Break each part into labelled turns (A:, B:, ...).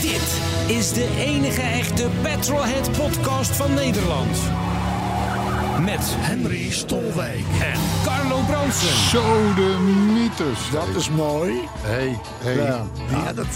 A: Dit is de enige echte Petrolhead podcast van Nederland. Met
B: Henry Stolwijk.
A: en Carlo Bronsen.
C: Zo de mythes.
B: Dat is mooi.
C: Hey, hey.
B: Ja, ja dat...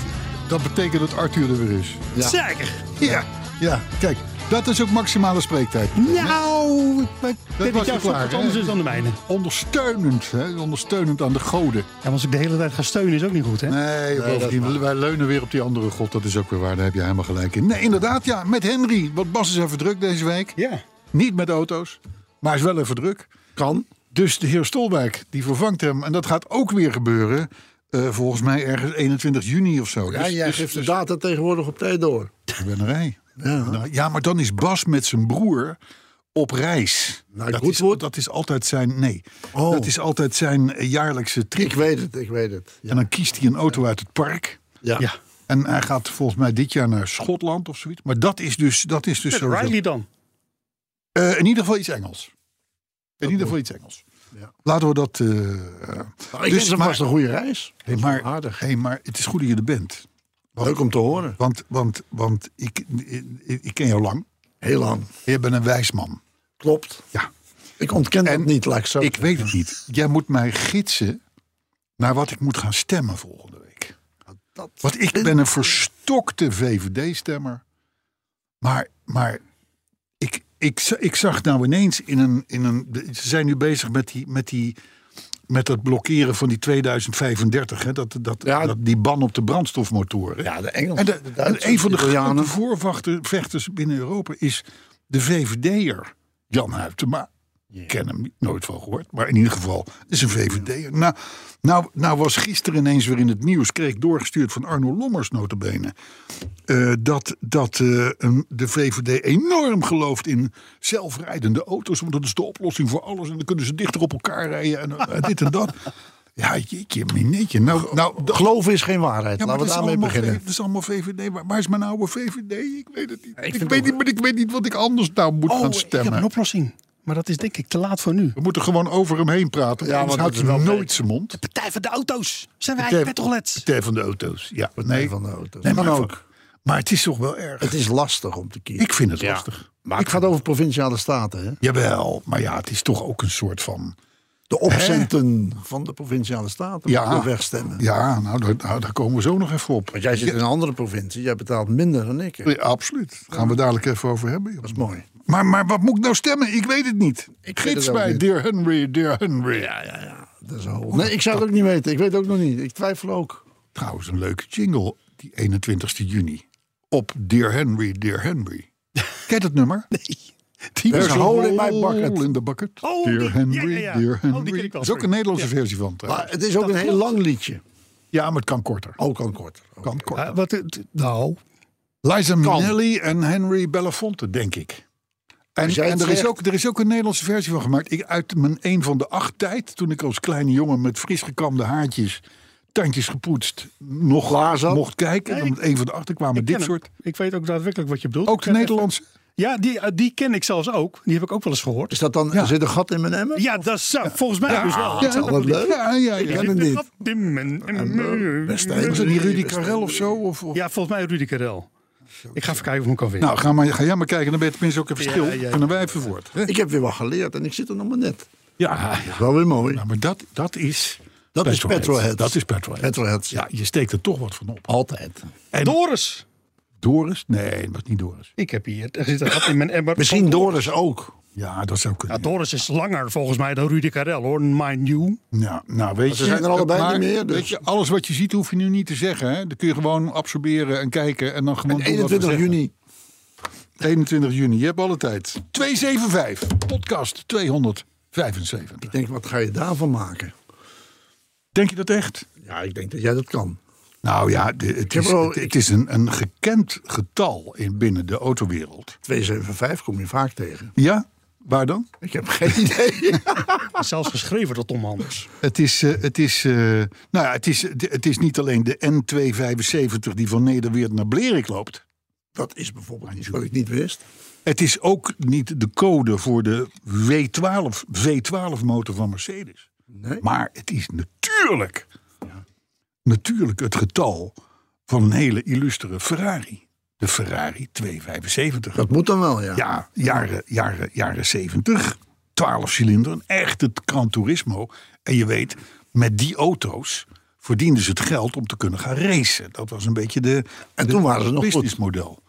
C: Dat betekent dat Arthur er weer is. Ja.
B: Zeker.
C: ja. Ja, kijk. Dat is ook maximale spreektijd.
B: Nou, ik ben
C: was
B: met
C: je
B: jouw stok
C: klaar,
B: wat
C: hè?
B: anders is dan de mijne.
C: Ondersteunend, hè? Ondersteunend aan de goden.
B: Ja, maar als ik de hele tijd ga steunen is ook niet goed, hè?
C: Nee, bovendien, wij leunen weer op die andere god. Dat is ook weer waar, daar heb je helemaal gelijk in. Nee, inderdaad, ja, met Henry. Want Bas is even druk deze week.
B: Ja.
C: Niet met auto's, maar is wel even druk.
B: Kan.
C: Dus de heer Stolwijk, die vervangt hem. En dat gaat ook weer gebeuren, eh, volgens mij ergens 21 juni of zo.
D: Ja,
C: Dus-
D: jij
C: dus-
D: geeft de
C: dus-
D: data tegenwoordig op tijd door.
C: Ik ben er één. Nou, Ja, maar dan is Bas met zijn broer op reis.
D: Naar
C: dat, is,
D: Goodwood?
C: dat is altijd zijn. Nee,
D: Nou, Oh.
C: dat is altijd zijn eh, jaarlijkse trip.
D: Ik weet het, ik weet het.
C: En dan kiest hij een auto uit het park.
D: Ja.
B: Ja.
C: En hij gaat volgens mij dit jaar naar Schotland of zoiets. Maar dat is dus. Dat is dus
B: Met
C: sowieso-
B: Riley dan.
C: Eh, in ieder geval iets Engels. In ieder geval iets Engels.
D: Ja.
C: Laten we dat. eh, eh,
D: Maar ik dus, dat was een goede reis.
C: hey,
D: Dat was wel
C: maar,
D: aardig.
C: hey, maar het is goed dat je er bent.
D: Leuk om te horen.
C: Want, want, want ik, ik, ik ken jou lang.
D: Heel lang.
C: Je bent een wijs man.
D: Klopt.
C: Ja.
D: Ik ontken
C: En
D: dat niet, laat ik zo
C: Ik
D: zeggen.
C: weet het niet. Jij moet mij gidsen naar wat ik moet gaan stemmen volgende week.
D: Nou, Dat
C: Want ik ben een verstokte VVD-stemmer. Maar, maar ik, ik, za- ik zag nou ineens in een, in een. Ze zijn nu bezig met die. Met die met dat blokkeren van die 2035, hè? Dat, dat,
D: Ja.
C: dat, die ban op de brandstofmotoren.
D: Ja, de Engelsen,
C: En de-
D: de
C: en
D: Duitsers,
C: een van de grote
D: Italianen.
C: voorvechters binnen Europa is de VVD'er Jan Huytema. Ik ken hem niet, nooit van gehoord, maar in ieder geval is een VVD'er. Nou, nou, nou was gisteren ineens weer in het nieuws, kreeg ik doorgestuurd van Arno Lommers notabene... eh, dat dat eh, een- de VVD enorm gelooft in zelfrijdende auto's. Want dat is de oplossing voor alles. En dan kunnen ze dichter op elkaar rijden en eh, dit en dat. Ja, jeetje, minetje. Nou, nou, dat-
D: Geloven is geen waarheid.
C: ja, maar
D: Laten we
C: dat is
D: daarmee
C: allemaal
D: beginnen.
C: V- dat is allemaal VVD. Waar, waar is mijn oude VVD? Ik weet het niet.
B: ik
C: Ik,
B: vind
C: weet
B: ook-
C: niet, maar ik weet niet wat ik anders nou moet
B: Oh,
C: gaan
B: ik heb
C: stemmen.
B: een oplossing. Maar dat is denk ik te laat voor nu.
C: We moeten gewoon over hem heen praten.
D: Ja,
C: Ja, anders
D: want
C: houdt
D: dat
C: hij
D: is wel
C: nooit
D: beter.
C: zijn mond.
B: Partij van de auto's. Zijn wij
C: Partij-
B: petrolets?
C: Partij van de auto's. Ja, nee.
D: van de auto's.
C: Nee,
D: Kan
C: maar,
D: ook.
C: maar het is toch wel erg.
D: Het is lastig om te kiezen.
C: ik vind het lastig.
D: Maar ik ga het over provinciale staten. Hè?
C: Jawel, maar ja, het is toch ook een soort van...
D: De opcenten van de provinciale staten
C: Ja.
D: moeten wegstemmen.
C: Ja, nou, daar, nou, daar komen we zo nog even op.
D: Want jij zit in een andere provincie. Jij betaalt minder dan ik. hè.
C: Ja, absoluut. Daar gaan we dadelijk even over hebben. joh.
D: Dat is mooi.
C: Maar, maar wat moet ik nou stemmen? Ik weet het niet.
D: weet
C: Gids
D: het ook
C: mij,
D: niet.
C: dear Henry, dear Henry.
D: ja, ja. Dat is een hoop. Nee, ik zou het ook niet weten. Ik weet het ook nog niet. Ik twijfel ook.
C: Trouwens, een leuke jingle, die 21 juni. Op Dear Henry, Dear Henry. Ken je dat nummer?
B: Die
C: There's
D: a hole in my bucket.
C: in the bucket.
B: Oh,
C: dear
B: die-
C: Henry,
B: ja, ja, ja.
C: Dear
B: Oh, die
C: Henry.
B: ken ik wel,
C: Er is ook een
B: sorry.
C: Nederlandse versie van. trouwens.
D: Maar het is ook een heel lang liedje.
C: Ja, maar het kan korter.
D: Ook al kort.
C: Kan korter.
B: Eh, wat, het- nou,
C: Liza Minnelli en Henry Belafonte, denk ik. En,
D: Als jij
C: en
D: het
C: er, is
D: zegt.
C: ook, er is ook een Nederlandse versie van gemaakt. Ik, uit mijn een van de acht tijd, toen ik als kleine jongen met fris gekamde haartjes, tandjes gepoetst, nog
D: Klaar zat.
C: mocht kijken. En op een van de achter kwamen
B: ik, ken
C: dit
B: hem.
C: soort.
B: ik weet ook daadwerkelijk wat je bedoelt.
C: Ook
B: Ik
C: de
B: ken echt-
C: Nederlandse.
B: Ja, die, eh, die ken ik zelfs ook. Die heb ik ook wel eens gehoord.
D: Is dat dan,
C: Ja.
D: zit een gat in mijn emmer?
B: Ja, dat is, volgens mij dus wel.
D: dat is wel wat leuk.
C: Ja, ja, ja.
D: Ik ken hem niet. Beste
B: niet.
C: Was
D: Engel.
C: dat niet Rudy Karel of zo? Of, of-
B: Ja, volgens mij Rudy Karel. Ik ga even kijken of ik hem kan vinden.
C: Nou, ga, maar, ga jij maar kijken, dan ben je tenminste ook even stil.
B: Ja, ja, ja.
C: En dan wij even voort. hè?
D: Ik heb weer wat geleerd en ik zit er nog maar net.
C: Ja, ja.
D: Wel weer mooi.
C: Nou, maar dat, dat is.
D: Dat is Petrolheads.
C: Dat is Petrolheads.
D: Petrolheads.
C: Ja, je steekt er toch wat van op.
D: Altijd.
B: Doris.
C: Doris? Nee, dat was niet Doris.
B: Ik heb hier, er zit een gat in mijn emmer.
D: Misschien Doris ook.
C: Ja, dat zou
B: Ja,
C: kunnen.
B: Doris is langer volgens mij dan Rudy Karel hoor, mind you.
C: nou, nou, weet
D: ze
C: je,
D: zijn er allebei
C: maar,
D: niet meer, dus.
C: Weet je, alles wat je ziet hoef je nu niet te zeggen. Hè? Dan kun je gewoon absorberen en kijken. En dan gewoon
D: En
C: doen wat we
D: 21
C: zeggen.
D: juni.
C: 21 juni, je hebt alle tijd. 275, podcast 275.
D: Ik denk, wat ga je daarvan maken?
C: Denk je dat echt?
D: Ja, ik denk dat jij dat kan.
C: Nou ja, de- het
D: heb
C: is,
D: er al-
C: het, het is een, een gekend getal in, binnen de autowereld.
D: 275 kom je vaak tegen.
C: Ja, waar dan?
D: Ik heb geen idee.
B: Zelfs geschreven door Tom Handels.
C: Het is, eh, het is, eh, nou ja, het is, het is niet alleen de N275 die van Nederweert naar Blerik loopt.
D: Dat is bijvoorbeeld iets wat ik niet wist.
C: Het is ook niet de code voor de W12, V12 motor van Mercedes.
D: Nee.
C: Maar het is natuurlijk, natuurlijk het getal van een hele illustere Ferrari. De Ferrari 275.
D: Dat moet dan wel, ja.
C: Ja, jaren, jaren, jaren 70. 12 cilinder, een echt het Gran Turismo. En je weet, met die auto's verdienden ze het geld om te kunnen gaan racen. Dat was een beetje de.
D: En toen waren ze nog goed.
C: businessmodel.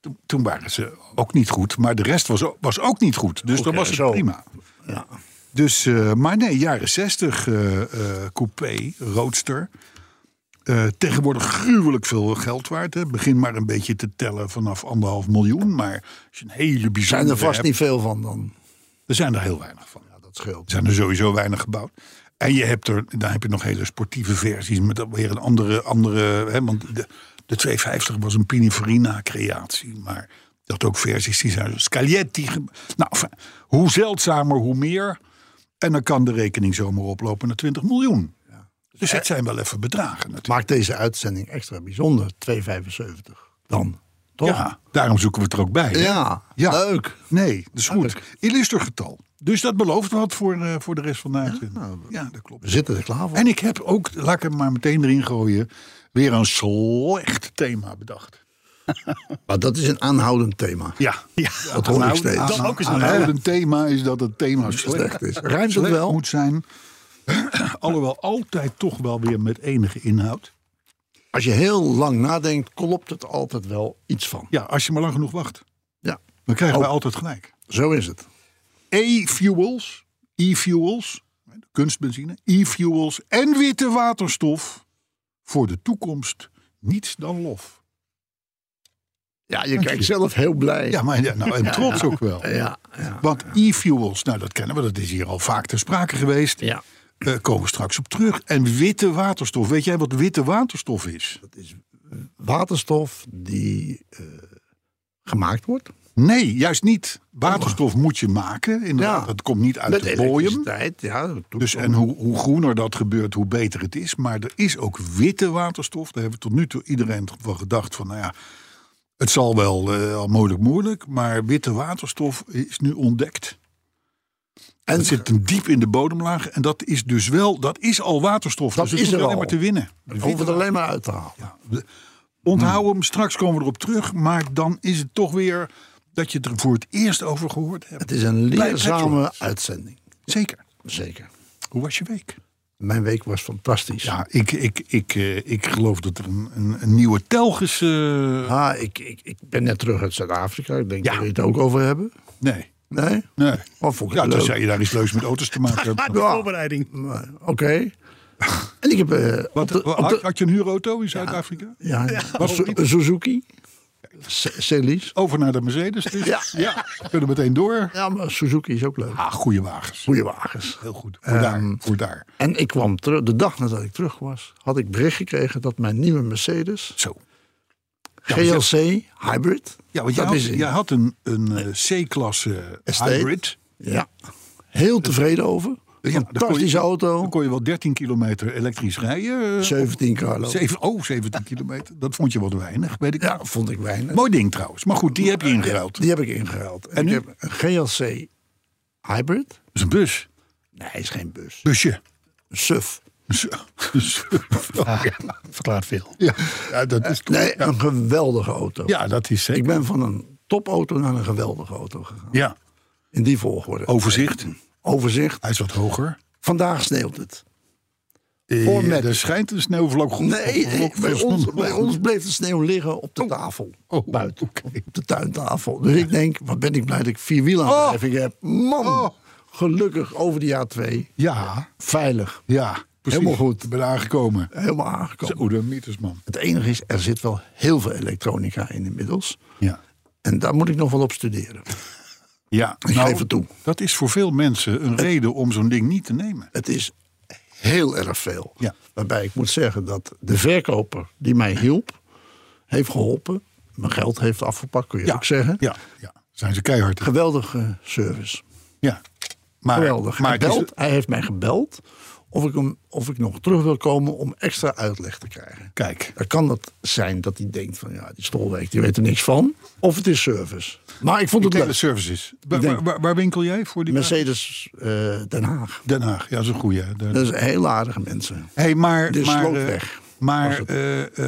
C: Toen, toen waren ze ook niet goed, maar de rest was ook, was ook niet goed. Dus dan
D: Oké,
C: was het
D: zo.
C: prima.
D: Ja.
C: Dus, eh, maar nee, jaren 60 eh, eh, coupé, roadster. Eh, tegenwoordig gruwelijk veel geld waard. Hè. Begin maar een beetje te tellen vanaf anderhalf miljoen. Maar als je een hele
D: Er
C: bijzondere
D: zijn er vast
C: hebt,
D: niet veel van dan.
C: er zijn er heel weinig van.
D: Ja, dat scheelt.
C: Er zijn er sowieso weinig gebouwd. En je hebt er, dan heb je nog hele sportieve versies met dan weer een andere. andere hè, want de, de 250 was een Pininfarina-creatie. Maar dat ook versies die zijn. Scaglietti. ge- Nou, enfin, hoe zeldzamer, hoe meer. En dan kan de rekening zomaar oplopen naar 20 miljoen. Dus het zijn wel even bedragen natuurlijk.
D: Maakt deze uitzending extra bijzonder. 275 dan. Toch?
C: Ja, daarom zoeken we het er ook bij. hè?
D: Ja,
C: Ja.
D: leuk.
C: Nee, dat is goed.
D: Leuk.
C: Illuster getal. Dus dat belooft wat voor, eh, voor de rest van de uitzending. ja dat klopt.
D: nou, We zitten er klaar voor.
C: En ik heb ook, laat ik hem maar meteen erin gooien, weer een slecht thema bedacht.
D: Maar dat is een aanhoudend thema.
C: Ja, ja
D: dat hoor
E: Nou,
D: ik steeds.
C: Dat ook
D: Aanhoudend
C: is een aanhoudend thema is dat het thema slecht,
D: Slecht Nou, ah, is. Ruimt het
C: slecht
D: wel?
C: moet zijn. Alhoewel altijd toch wel weer met enige inhoud.
D: Als je heel lang nadenkt, klopt het altijd wel iets van.
C: Ja, als je maar lang genoeg wacht,
D: Ja,
C: dan krijgen we
D: Oh.
C: altijd gelijk.
D: zo is het.
C: E-fuels, e-fuels, kunstbenzine, e-fuels en witte waterstof voor de toekomst niets dan lof.
D: Ja, je kijkt zelf heel blij.
C: Ja, maar ja, nou, en trots ook wel.
D: Eh. ja, Eh, ja.
C: Want e-fuels, nou dat kennen we, dat is hier al vaak ter sprake geweest.
D: Ja.
C: Eh, komen we straks op terug. En witte waterstof. Weet jij wat witte waterstof is?
D: Waterstof die eh, gemaakt wordt.
C: Nee, juist niet. Waterstof moet je maken. Inderdaad,
D: Oh. Ja.
C: dat komt niet uit de bodem.
D: elektriciteit. Ja, dat doet
C: Dus
D: wel.
C: en hoe, hoe groener dat gebeurt, hoe beter het is. Maar er is ook witte waterstof. Daar hebben tot nu toe iedereen van gedacht van, nou ja, het zal wel eh, al moeilijk moeilijk. Maar witte waterstof is nu ontdekt. En het zit hem diep in de bodemlaag. En dat is dus wel, dat is al waterstof.
D: Dat
C: dus het
D: is
C: hoeft
D: er
C: alleen
D: al.
C: maar te winnen.
D: Dan hoeven we het alleen maar uit te halen.
C: Ja, we-
D: Hmm.
C: Onthoud hem, straks komen we erop terug. Maar dan is het toch weer dat je het er voor het eerst over gehoord hebt.
D: Het is een
C: Blij
D: leerzame
C: Petrolheads.
D: uitzending.
C: Zeker.
D: Zeker.
C: Hoe was je week?
D: Mijn week was fantastisch.
C: Ja, ik, ik, ik, eh, ik geloof dat er een, een, een nieuwe telgis. eh,
D: Ah, ik, ik, ik ben net terug uit Zuid-Afrika. Ik denk
C: Ja.
D: dat we het ook over hebben.
C: nee,
D: Nee?
C: nee.
D: Wat Oh, vond ik
C: Ja,
D: leuk.
C: tenzij je daar iets leuks met auto's te maken
E: Ah,
C: hebt.
B: de voorbereiding.
D: Maar, Oké. En ik heb... eh, op
C: Wat,
D: de- op
C: had,
D: de-
C: had je een huurauto in Zuid-Afrika?
D: ja, ja.
C: Waarom
D: Su-
C: niet?
D: Suzuki. Se- Celis.
C: Over naar de Mercedes. Dus.
D: Ja.
C: we kunnen meteen door.
D: Ja, maar Suzuki is ook leuk.
C: Ah, goede wagens.
D: Goeie wagens.
C: Heel goed.
D: Eh,
C: Voor daar. Voor daar.
D: En ik kwam terug, de dag nadat ik terug was, had ik bericht gekregen dat mijn nieuwe Mercedes
C: Zo.
D: GLC Hybrid.
C: Ja, want jij had,
D: dat is-
C: jij had een, een eh, C-klasse
D: Estate.
C: hybrid.
D: Ja. Heel tevreden over.
C: Dus- Ja, dan kon je-
D: Fantastische auto.
C: Dan kon je wel 13 kilometer elektrisch rijden. eh,
D: 17 Carlo.
C: zeven- oh, 17 kilometer. Dat vond je wat weinig, weet ik.
D: Ja, vond ik weinig.
C: Mooi ding trouwens. Maar goed, die heb je ingeruild.
D: Die heb ik ingeruild. En
C: nu?
D: ik heb een GLC Hybrid.
C: Dat is een bus.
D: Nee, is geen bus.
C: Busje.
D: Een SUF.
C: Zo. Zo.
B: Verklaart veel.
C: Ja, ja, dat is toch-
D: Nee, een geweldige auto.
C: ja, dat is
D: Ik
C: zeker.
D: ben van een topauto naar een geweldige auto gegaan.
C: Ja,
D: In die volgorde.
C: Oh. overzicht.
D: Overzicht.
C: Hij is wat hoger.
D: Vandaag sneeuwt het.
C: Eh,
D: met-
C: Er schijnt een sneeuwvlok goed.
D: Nee,
C: op- op- op-
D: bij, ons,
C: op-
D: bij ons bleef de sneeuw liggen op de tafel.
C: Oh, oh,
D: buiten.
C: oké.
D: Op de tuintafel. Dus ik denk, wat ben ik blij dat ik vierwielaandrijving heb. Man,
C: Oh.
D: gelukkig over de jaar twee.
C: Ja,
D: Veilig.
C: ja. Precies.
D: Helemaal goed.
C: Ik ben aangekomen.
D: Helemaal aangekomen.
C: Zo, de mythes, man.
D: Het enige is, er zit wel heel veel elektronica in inmiddels.
C: Ja.
D: En daar moet ik nog wel op studeren.
C: Ja, Nou,
D: Ik geef het toe.
C: Eh. dat is voor veel mensen een reden om zo'n ding niet te nemen.
D: Het is heel erg veel.
C: Ja.
D: Waarbij ik moet zeggen dat de verkoper die mij hielp, heeft geholpen. Mijn geld heeft afgepakt, kun je ook zeggen.
C: Ja, ja. Zijn ze keihard. in.
D: Geweldige service.
C: Ja. Maar,
D: Geweldig.
C: Maar
D: hij,
C: het is-
D: belt, hij heeft mij gebeld of ik, hem, of ik nog terug wil komen om extra uitleg te krijgen.
C: kijk,
D: Dan kan dat zijn dat hij denkt van ja, die stolwijk die weet er niks van. Of het is service. Maar ik vond
C: ik denk
D: het leuk.
C: dat service is. Waar,
D: denk-
C: waar- waar winkel jij voor die
D: Mercedes eh, Den Haag.
C: Den Haag, ja, dat is een goeie. hè. Daar-
D: Dat is heel aardige mensen.
C: Hey, maar,
D: De
C: maar,
D: slootweg
C: eh, maar
D: was het.
C: eh, eh,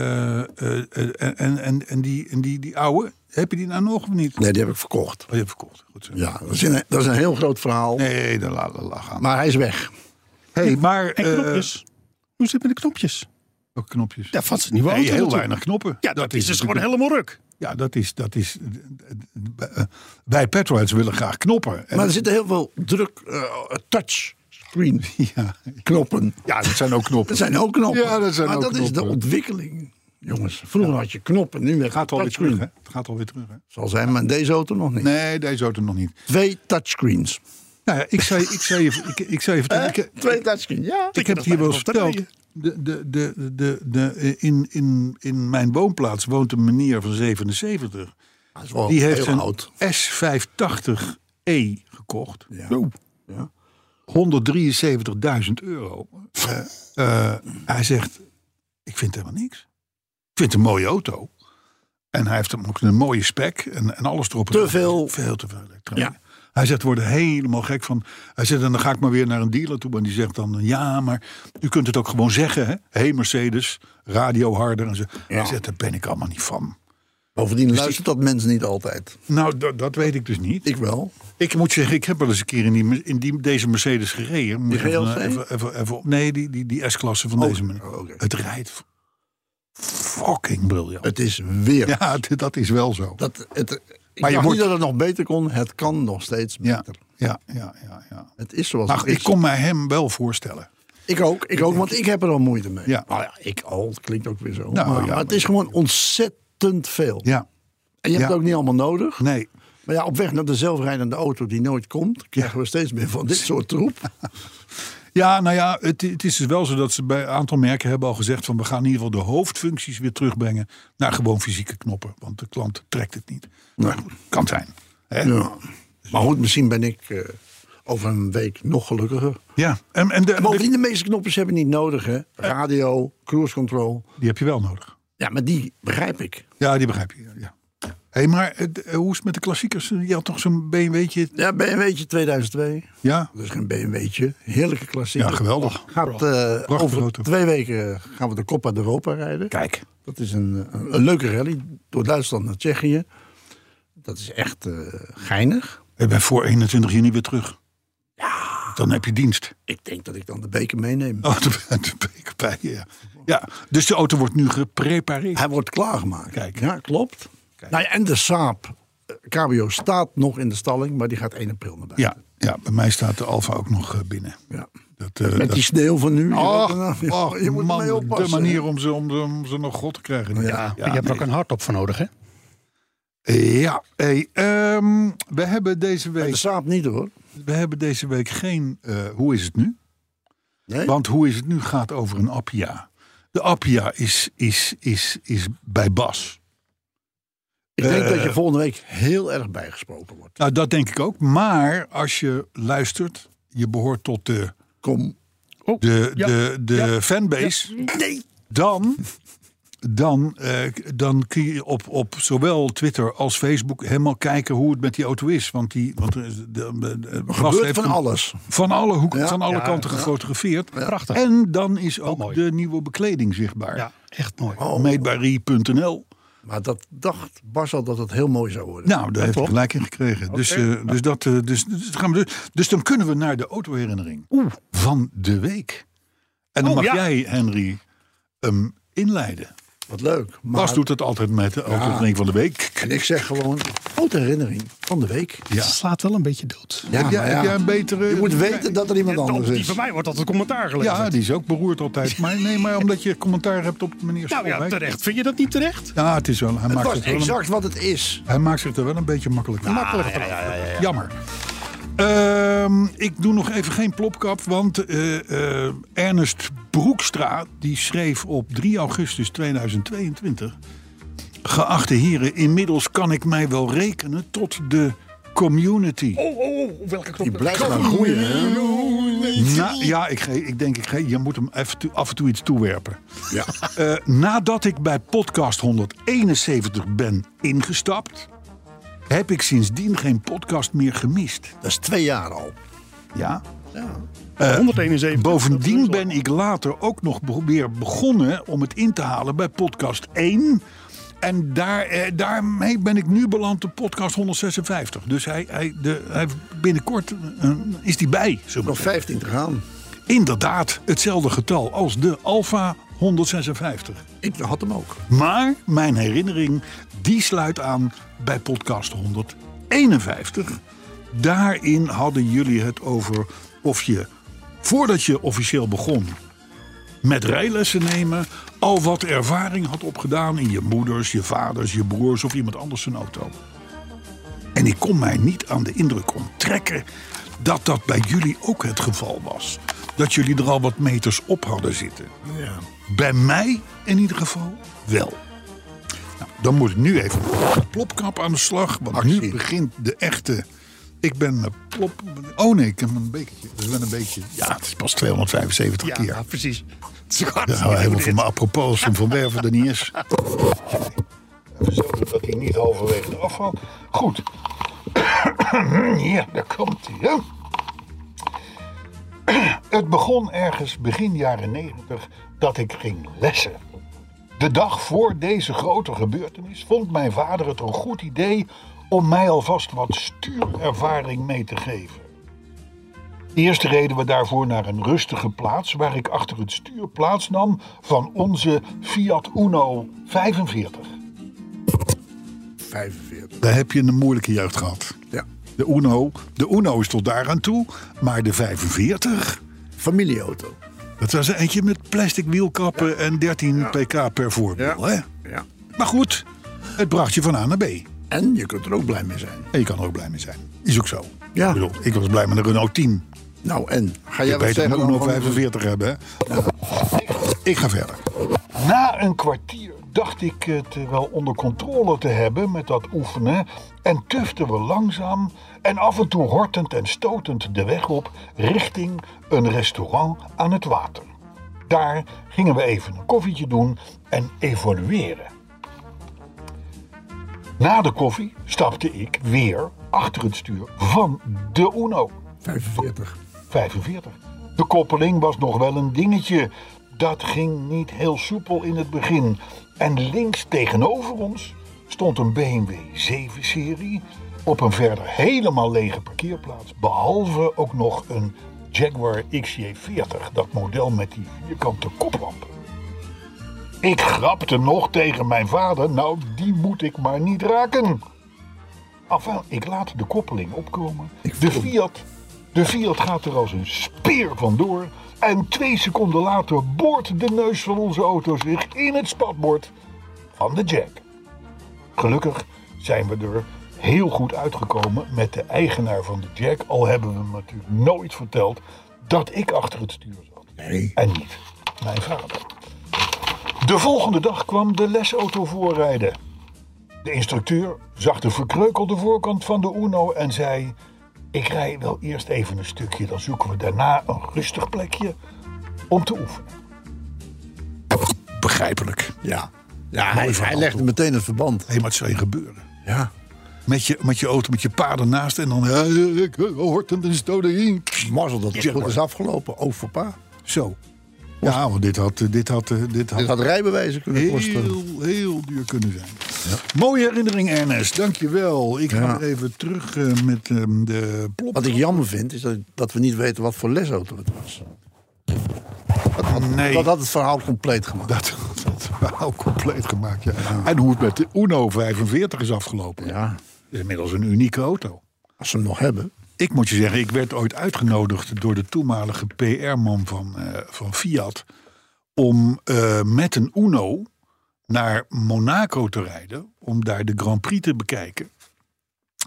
C: eh, eh, en, en, en, die, en die, die oude, heb je die nou nog of niet?
D: Nee, die heb ik verkocht.
C: Oh, je hebt verkocht. Goed zo.
D: Ja, dat is een, dat is een heel groot verhaal.
C: Nee, daar laat la, gaan.
D: Maar hij is weg.
C: hey, maar
E: En
C: eh,
E: knopjes. Hoe zit het met de knopjes?
C: welke knopjes?
E: Ja, vast niet
C: Nee,
E: waar.
C: heel weinig knoppen.
E: Ja, dat is dus gewoon
C: natuurlijk-
E: helemaal ruk.
C: Ja, dat is. Dat is eh, eh, wij petrolheads willen graag knoppen. En-
D: Maar er zitten heel veel druk, eh, touchscreen
C: ja,
D: knoppen.
C: ja, dat zijn ook knoppen.
D: Dat zijn ook knoppen.
C: Ja, dat zijn
D: maar
C: ook
D: dat is de
C: knoppen.
D: ontwikkeling. Jongens, vroeger had je knoppen, nu werd
C: gaat
D: het
C: alweer
D: touchscreen.
C: terug, hè? Het gaat alweer terug, hè?
D: Zal zijn, maar in deze auto nog niet.
C: Nee, deze auto nog niet.
D: Twee touchscreens.
C: Nou ja, ik zou je, ik zou je, ik, ik zou je vertellen. Ik,
D: Twee touchscreens, ja.
C: ik heb het hier wel eens verteld. De, de, de, de, de, eh, in, in, in mijn woonplaats woont een meneer van 77.
D: is wel
C: Die heeft
D: heel
C: een
D: oud.
C: S580e E gekocht.
D: Ja.
C: Zo. 173.000 euro. Eh, eh, hij zegt, ik vind helemaal niks. Ik vind het een mooie auto. En hij heeft hem ook een mooie spec en, en alles erop. en
D: Te
C: eraan.
D: veel.
C: Veel te veel elektronica.
D: Ja.
C: Hij zegt, we worden helemaal gek van. Hij zegt, en dan ga ik maar weer naar een dealer toe. En die zegt dan, ja, maar u kunt het ook gewoon zeggen. Hè? hey Mercedes, radio harder. En zo. Hij zegt, daar ben ik allemaal niet van.
D: Bovendien
C: Dus-
D: luistert dat mensen niet altijd.
C: Nou, dat, dat weet ik dus niet.
D: Ik wel.
C: Ik moet zeggen, ik heb wel eens een keer in, die, in die, deze Mercedes gereden. Moet
D: Die
C: ik even,
D: GLC?
C: even, even, even op. Nee, die, die, die S-klasse van
D: Oh,
C: deze meneer.
D: oké.
C: Het rijdt f- fucking briljant.
D: Het is weer.
C: ja, d- dat is wel zo.
D: Dat, het, ik
C: Maar je
D: dacht
C: wordt-
D: niet dat het nog beter kon. Het kan nog steeds
C: Ja,
D: beter.
C: ja, ja, ja. ja.
D: Het is zoals
C: Nou,
D: het
C: ik
D: is.
C: kon mij hem wel voorstellen.
D: Ik ook, ik ook, want ik heb er al moeite mee.
C: Ja.
D: Nou ja, ik al, het klinkt ook weer zo.
C: Nou,
D: maar,
C: ja,
D: maar het is gewoon ontzettend veel.
C: Ja,
D: En je hebt
C: Ja.
D: het ook niet allemaal nodig.
C: nee.
D: Maar ja, op weg naar de zelfrijdende auto die nooit komt, krijgen we steeds meer van dit soort troep.
C: Ja, nou ja, het, het is dus wel zo dat ze bij een aantal merken hebben al gezegd van we gaan in ieder geval de hoofdfuncties weer terugbrengen naar gewoon fysieke knoppen. Want de klant trekt het niet. Maar goed, kan zijn. Hè?
D: Ja. Maar goed, misschien ben ik eh, over een week nog gelukkiger.
C: Ja, en, en de,
D: En bovendien, de meeste knopjes hebben we niet nodig, hè? Radio, cruise control.
C: die heb je wel nodig.
D: Ja, maar die begrijp ik.
C: Ja, die begrijp je. ja, Ja. hey, maar eh, d- eh, hoe is het met de klassiekers? Je had toch zo'n BMW'tje?
D: Ja, BMW'tje 2002.
C: Ja,
D: Dat is geen BMW'tje. Heerlijke
C: ja
D: klassieker.
C: geweldig.
D: Gaat, eh,
C: Prachtige
D: over
C: auto.
D: twee weken gaan we de Coppa d'Europa rijden.
C: Kijk.
D: Dat is een, een, een leuke rally door Duitsland naar Tsjechië. Dat is echt eh, geinig.
C: Ik ben voor 21 juni weer terug. Ja. Dan heb je dienst.
D: Ik denk dat ik dan de beker meeneem.
C: Oh, de, de beker bij je, ja. ja. Dus de auto wordt nu geprepareerd.
D: Hij wordt klaargemaakt.
C: Kijk.
D: Ja, klopt. Nou ja, en de Saab. eh, Cabrio staat nog in de stalling, maar die gaat 1 april naar buiten.
C: Ja, ja, bij mij staat de Alfa ook nog eh, binnen.
D: Ja.
C: Dat, eh,
D: Met
C: dat-
D: die sneeuw van nu.
C: Och, och,
D: nou- je moet
C: man,
D: ermee
C: de
D: oppassen.
C: manier om ze, om, ze- om ze nog god te krijgen.
D: Ja.
E: je hebt er ook een hardtop voor nodig, hè?
C: Ja, hey, ehm, we hebben deze
D: Bij De
C: week,
D: Saab niet hoor.
C: we hebben deze week geen... eh, hoe is het nu?
D: Nee?
C: Want hoe is het nu gaat over een Appia. De Appia is, is, is, is bij Bas.
D: ik denk
C: eh,
D: dat je volgende week heel erg bijgesproken wordt.
C: Nou, dat denk ik ook. Maar als je luistert, je behoort tot de,
D: Kom.
C: de,
E: Oh, ja, Mm.
C: de, de fanbase.
D: Nee.
C: Dan, dan, eh, dan kun je op, op zowel Twitter als Facebook helemaal kijken hoe het met die auto is. Want, die, want er is- de, de- de- Bas
D: Gebeurt
C: heeft
D: van
C: hem
D: alles.
C: Van alle hoeken,
D: Ja.
C: van alle
E: Ja,
C: kanten gefotografeerd.
E: Prachtig.
C: En dan is ook
E: mooi.
C: de nieuwe bekleding zichtbaar.
E: Ja, echt mooi.
D: Oh.
C: Meetbarie.nl.
D: Maar dat dacht Bas al dat het heel mooi zou worden.
C: Nou, daar heeft hij gelijk in gekregen. Dus, eh, dus, dat, eh, dus, dus, dat gaan we dus, dus dan kunnen we naar de autoherinnering van de week. En dan
E: Oh,
C: mag
E: ja.
C: jij, Henry, hem inleiden.
D: Wat leuk. Maar
C: Bas doet dat altijd met de autoherinnering van de week.
D: En ik zeg gewoon, grote herinnering van de week.
C: Ja.
E: Ze slaat wel een beetje dood.
D: Ja,
C: heb, jij,
D: maar
C: heb
D: ja.
C: jij een betere...
D: Je moet weten dat er iemand anders
E: Die
D: is.
E: van mij wordt altijd commentaar geleverd.
C: Ja, die is ook beroerd altijd. Maar nee, maar omdat je commentaar hebt op meneer
E: nou ja,
C: Scholwijk.
E: terecht. Vind je dat niet terecht?
C: Ja, het is wel... Hij,
D: Het
C: maakt,
D: was
C: het wel een,
D: exact wat het is.
C: hij maakt zich er wel een beetje makkelijk van.
E: Makkelijk.
C: Jammer. Eh, Ehm, ik doe nog even geen plopkap, want eh, eh, Ernest Broekstra die schreef op 3 augustus 2022... Geachte heren, inmiddels kan ik mij wel rekenen tot de community.
E: Oh, oh, oh, welke knop?
D: Die blijft maar groeien, hè?
C: Na- ja, ik, ge- ik denk, ik ge- je moet hem even toe- af en toe iets toewerpen.
D: Ja.
C: Eh, nadat ik bij podcast 171 ben ingestapt... heb ik sindsdien geen podcast meer gemist.
D: Dat is twee jaar al.
C: Ja,
E: Eh, 171.
C: Bovendien ben ik later ook nog be- weer begonnen om het in te halen bij podcast 1. En daar, eh, daarmee ben ik nu beland op podcast 156. Dus hij, hij, de, hij heeft binnenkort eh, is die bij. zullen we
D: Nog 15 te gaan.
C: zeggen. Inderdaad, hetzelfde getal als de Alpha 156.
D: Ik had hem ook.
C: Maar mijn herinnering, die sluit aan bij podcast 151. Daarin hadden jullie het over of je, voordat je officieel begon met rijlessen nemen, al wat ervaring had opgedaan in je moeders, je vaders, je broers of iemand anders zijn auto. En ik kon mij niet aan de indruk onttrekken dat dat bij jullie ook het geval was. Dat jullie er al wat meters op hadden zitten. Bij mij in ieder geval wel. Nou, dan moet ik nu even plopkap aan de slag. Want nu
D: Actie.
C: begint de echte... Ik ben mijn plop... Oh nee, ik heb een bekertje. Dat is wel een beetje... Ja, het is pas 275
E: Ja,
C: keer.
E: ja, precies. Het is kwart.
C: Dat hou helemaal van me apropos van Van Werven er niet is. Even zorgen dat hij niet halverwege eraf valt. Goed. Ja, daar komt hij. hè. Het begon ergens begin jaren 90 dat ik ging lessen. De dag voor deze grote gebeurtenis vond mijn vader het een goed idee om mij alvast wat stuurervaring mee te geven. Eerst reden we daarvoor naar een rustige plaats waar ik achter het stuur plaatsnam van onze Fiat Uno 45.
D: 45.
C: Daar heb je een moeilijke jeugd gehad.
D: Ja.
C: De Uno, de Uno is tot daar aan toe, maar de 45,
D: Familieauto.
C: dat was eentje met plastic wielkappen en 13 pk per voorbeeld. Hè?
D: Ja.
C: Maar goed, het bracht je van A naar B.
D: En je kunt er ook blij mee zijn.
C: En je kan er ook blij mee zijn. Is ook zo.
D: Ja.
C: Ik, bedoel, ik was blij met een Renault 10.
D: Nou, en ga
C: Je
D: jij wat
C: weet dat
D: zeggen?
C: we
D: dan
C: Uno
D: van-
C: 45 hebben, hè? Ik ga verder. Na een kwartier dacht ik het wel onder controle te hebben met dat oefenen. En tuften we langzaam en af en toe hortend en stotend de weg op richting een restaurant aan het water. Daar gingen we even een koffietje doen en evolueren. Na de koffie stapte ik weer achter het stuur van de Uno.
D: 45.
C: 45. De koppeling was nog wel een dingetje. Dat ging niet heel soepel in het begin. En links tegenover ons stond een BMW 7-serie op een verder helemaal lege parkeerplaats. Behalve ook nog een Jaguar XJ40, dat model met die vierkante koplampen. Ik grapte nog tegen mijn vader, nou die moet ik maar niet raken. Afwel, Ah, ik laat de koppeling opkomen. De Fiat, de Fiat gaat er als een speer vandoor. En twee seconden later boort de neus van onze auto zich in het spatbord van de Jack. Gelukkig zijn we er heel goed uitgekomen met de eigenaar van de Jack. Al hebben we hem natuurlijk nooit verteld dat ik achter het stuur zat.
D: Nee.
C: En niet mijn vader. De volgende dag kwam de lesauto voorrijden. De instructeur zag de verkreukelde voorkant van de Uno en zei: Ik rij wel eerst even een stukje, dan zoeken we daarna een rustig plekje om te oefenen. Begrijpelijk.
D: Ja. Ja, hij, hij legde meteen het verband.
C: Hé, maar het zou je gebeuren.
D: Ja.
C: Met je, met je auto, met je paden naast en dan. Hortend en stoden.
D: Mazzel dat het
C: Jaguar.
D: goed is afgelopen. Ook voor pa.
C: Zo. Ja, want dit had. eh, Dit had, eh, dit had
D: Dit had rijbewijzen kunnen kosten.
C: heel, heel duur kunnen zijn. Mooie herinnering, Ernest. Dankjewel. Ik ga
D: Ja.
C: weer even terug eh, met eh, de plop.
D: Wat ik jammer vind, is dat, dat we niet weten wat voor lesauto het was.
C: nee, dat,
D: Dat had het verhaal compleet gemaakt.
C: dat, verhaal compleet gemaakt. Ja. En hoe het met de Uno 45 is afgelopen.
D: Ja,
C: is inmiddels een unieke auto.
D: als ze hem nog hebben.
C: Ik moet je zeggen, ik werd ooit uitgenodigd door de toenmalige PR-man van, eh, van Fiat. om eh, met een Uno naar Monaco te rijden. om daar de Grand Prix te bekijken.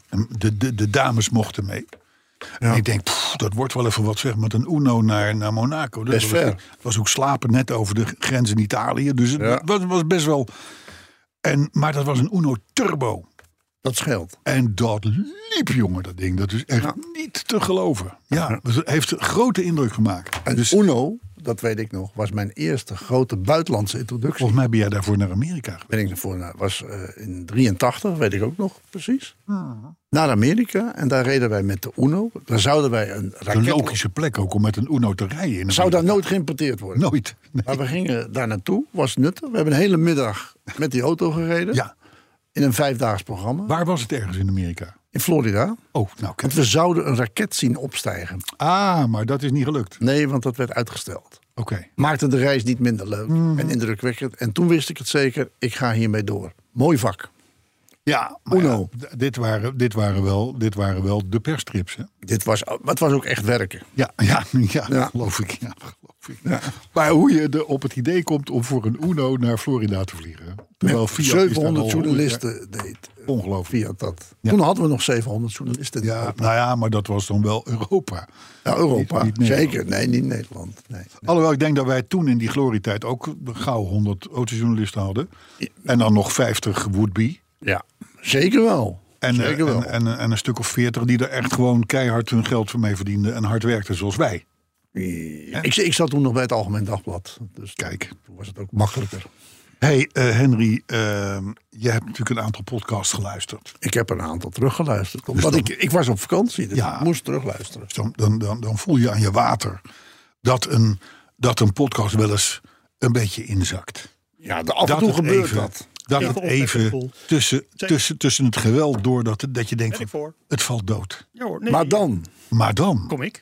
C: En De, de, de dames mochten mee. En ik denk, pff, dat wordt wel even wat, zeg, met een Uno naar, naar Monaco. Dat
D: Best
C: was,
D: ver.
C: was ook slapen net over de grens in Italië. Dus het
D: Ja.
C: was, was best wel... En, maar dat was een Uno Turbo.
D: Dat scheelt.
C: En dat liep, jongen, dat ding. Dat is echt niet te geloven. Ja, dat heeft grote indruk gemaakt.
D: En dus Uno, dat weet ik nog, was mijn eerste grote buitenlandse introductie.
C: Volgens mij ben jij daarvoor naar Amerika geweest.
D: ben ik ervoor naar, was eh, in 83, weet ik ook nog precies. Naar Amerika en daar reden wij met de Uno. Daar zouden wij een
C: Een
D: raket...
C: logische plek ook om met een Uno te rijden. in
D: Zou daar
C: Amerika.
D: nooit geïmporteerd worden.
C: Nooit. Nee.
D: Maar we gingen daar naartoe, was nuttig. We hebben een hele middag met die auto gereden.
C: Ja.
D: In een vijfdaags programma.
C: Waar was het ergens in Amerika?
D: In Florida.
C: Oh, nou kijk.
D: Want we zouden een raket zien opstijgen.
C: Ah, maar dat is niet gelukt.
D: Nee, want dat werd uitgesteld.
C: Oké.
D: Maakte de reis niet minder leuk
C: Mm.
D: en indrukwekkend. En toen wist ik het zeker, ik ga hiermee door. Mooi vak.
C: Nou Ja, maar
D: Uno.
C: ja, d- dit, waren, dit, waren wel, dit waren wel de perstrips, hè?
D: Dit was, maar het was ook echt werken.
C: Ja, ja, ja,
D: Ja.
C: geloof ik. Ja, geloof ik. Maar hoe je er op het idee komt om voor een Uno naar Florida te vliegen. Terwijl Fiat is daar
D: 700
C: al-
D: journalisten deed. eh,
C: Ongelooflijk.
D: Via dat. Toen hadden we nog 700 journalisten.
C: Ja, nou ja, maar dat was dan wel Europa.
D: Ja, Europa.
C: Niet- niet Nederland.
D: Zeker. Nee, niet Nederland. Nee.
C: Alhoewel, ik denk dat wij toen in die glorietijd ook gauw 100 autojournalisten hadden. En dan nog 50 would-be.
D: Ja, zeker wel.
C: En, eh,
D: zeker wel.
C: en, en, en een stuk of 40 die er echt gewoon keihard hun geld mee verdienden en hard werkten zoals wij. eh,
D: ik, ik zat toen nog bij het Algemeen Dagblad. Dus
C: Kijk.
D: toen was het ook makkelijker.
C: hey, eh, Henry, ehm, je hebt natuurlijk een aantal podcasts geluisterd.
D: Ik heb een aantal teruggeluisterd. Omdat
C: Dus dan-
D: ik, ik was op vakantie, dus
C: Ja.
D: ik moest terugluisteren.
C: Dus dan, dan, dan, dan voel je aan je water dat een, dat een podcast wel eens een beetje inzakt.
D: Ja, de, af en
C: dat
D: toe
C: het
D: gebeurt
C: even-
D: dat.
C: Dat
E: Ja,
C: het
E: opwekkend
C: even
E: gevoel.
C: tussen, tussen, tussen het geweld door dat, dat je denkt,
E: Ben ik
C: van,
E: voor.
C: het valt dood.
E: Ja hoor, nee,
D: maar dan,
C: Maar dan,
E: Kom ik.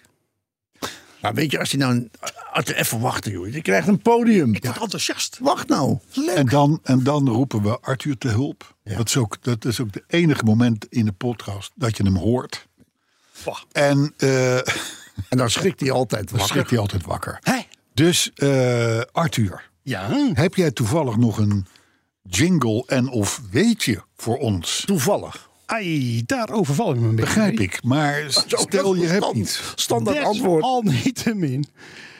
D: nou weet je, als je nou... een- Als je even wachten, joh. Je krijgt een podium.
E: Ik word enthousiast.
D: Wacht nou.
C: en dan, en dan roepen we Arthur te hulp.
D: Ja.
C: Dat, is ook, dat is ook de enige moment in de podcast dat je hem hoort.
E: Bah.
C: En eh
D: En dan schrikt hij altijd
C: dan
D: wakker.
C: schrikt hij altijd wakker.
E: Hé.
C: Dus eh, Arthur,
E: Ja.
C: heb jij toevallig nog een jingle en of weetje voor ons?
D: Toevallig.
E: Ai, daar overval ik me een beetje.
C: Begrijp ik, maar
D: Zo,
C: stel
D: dat
C: je
D: is
C: hebt
D: stand-
C: iets.
D: Standaard antwoord.
E: Al niet te min.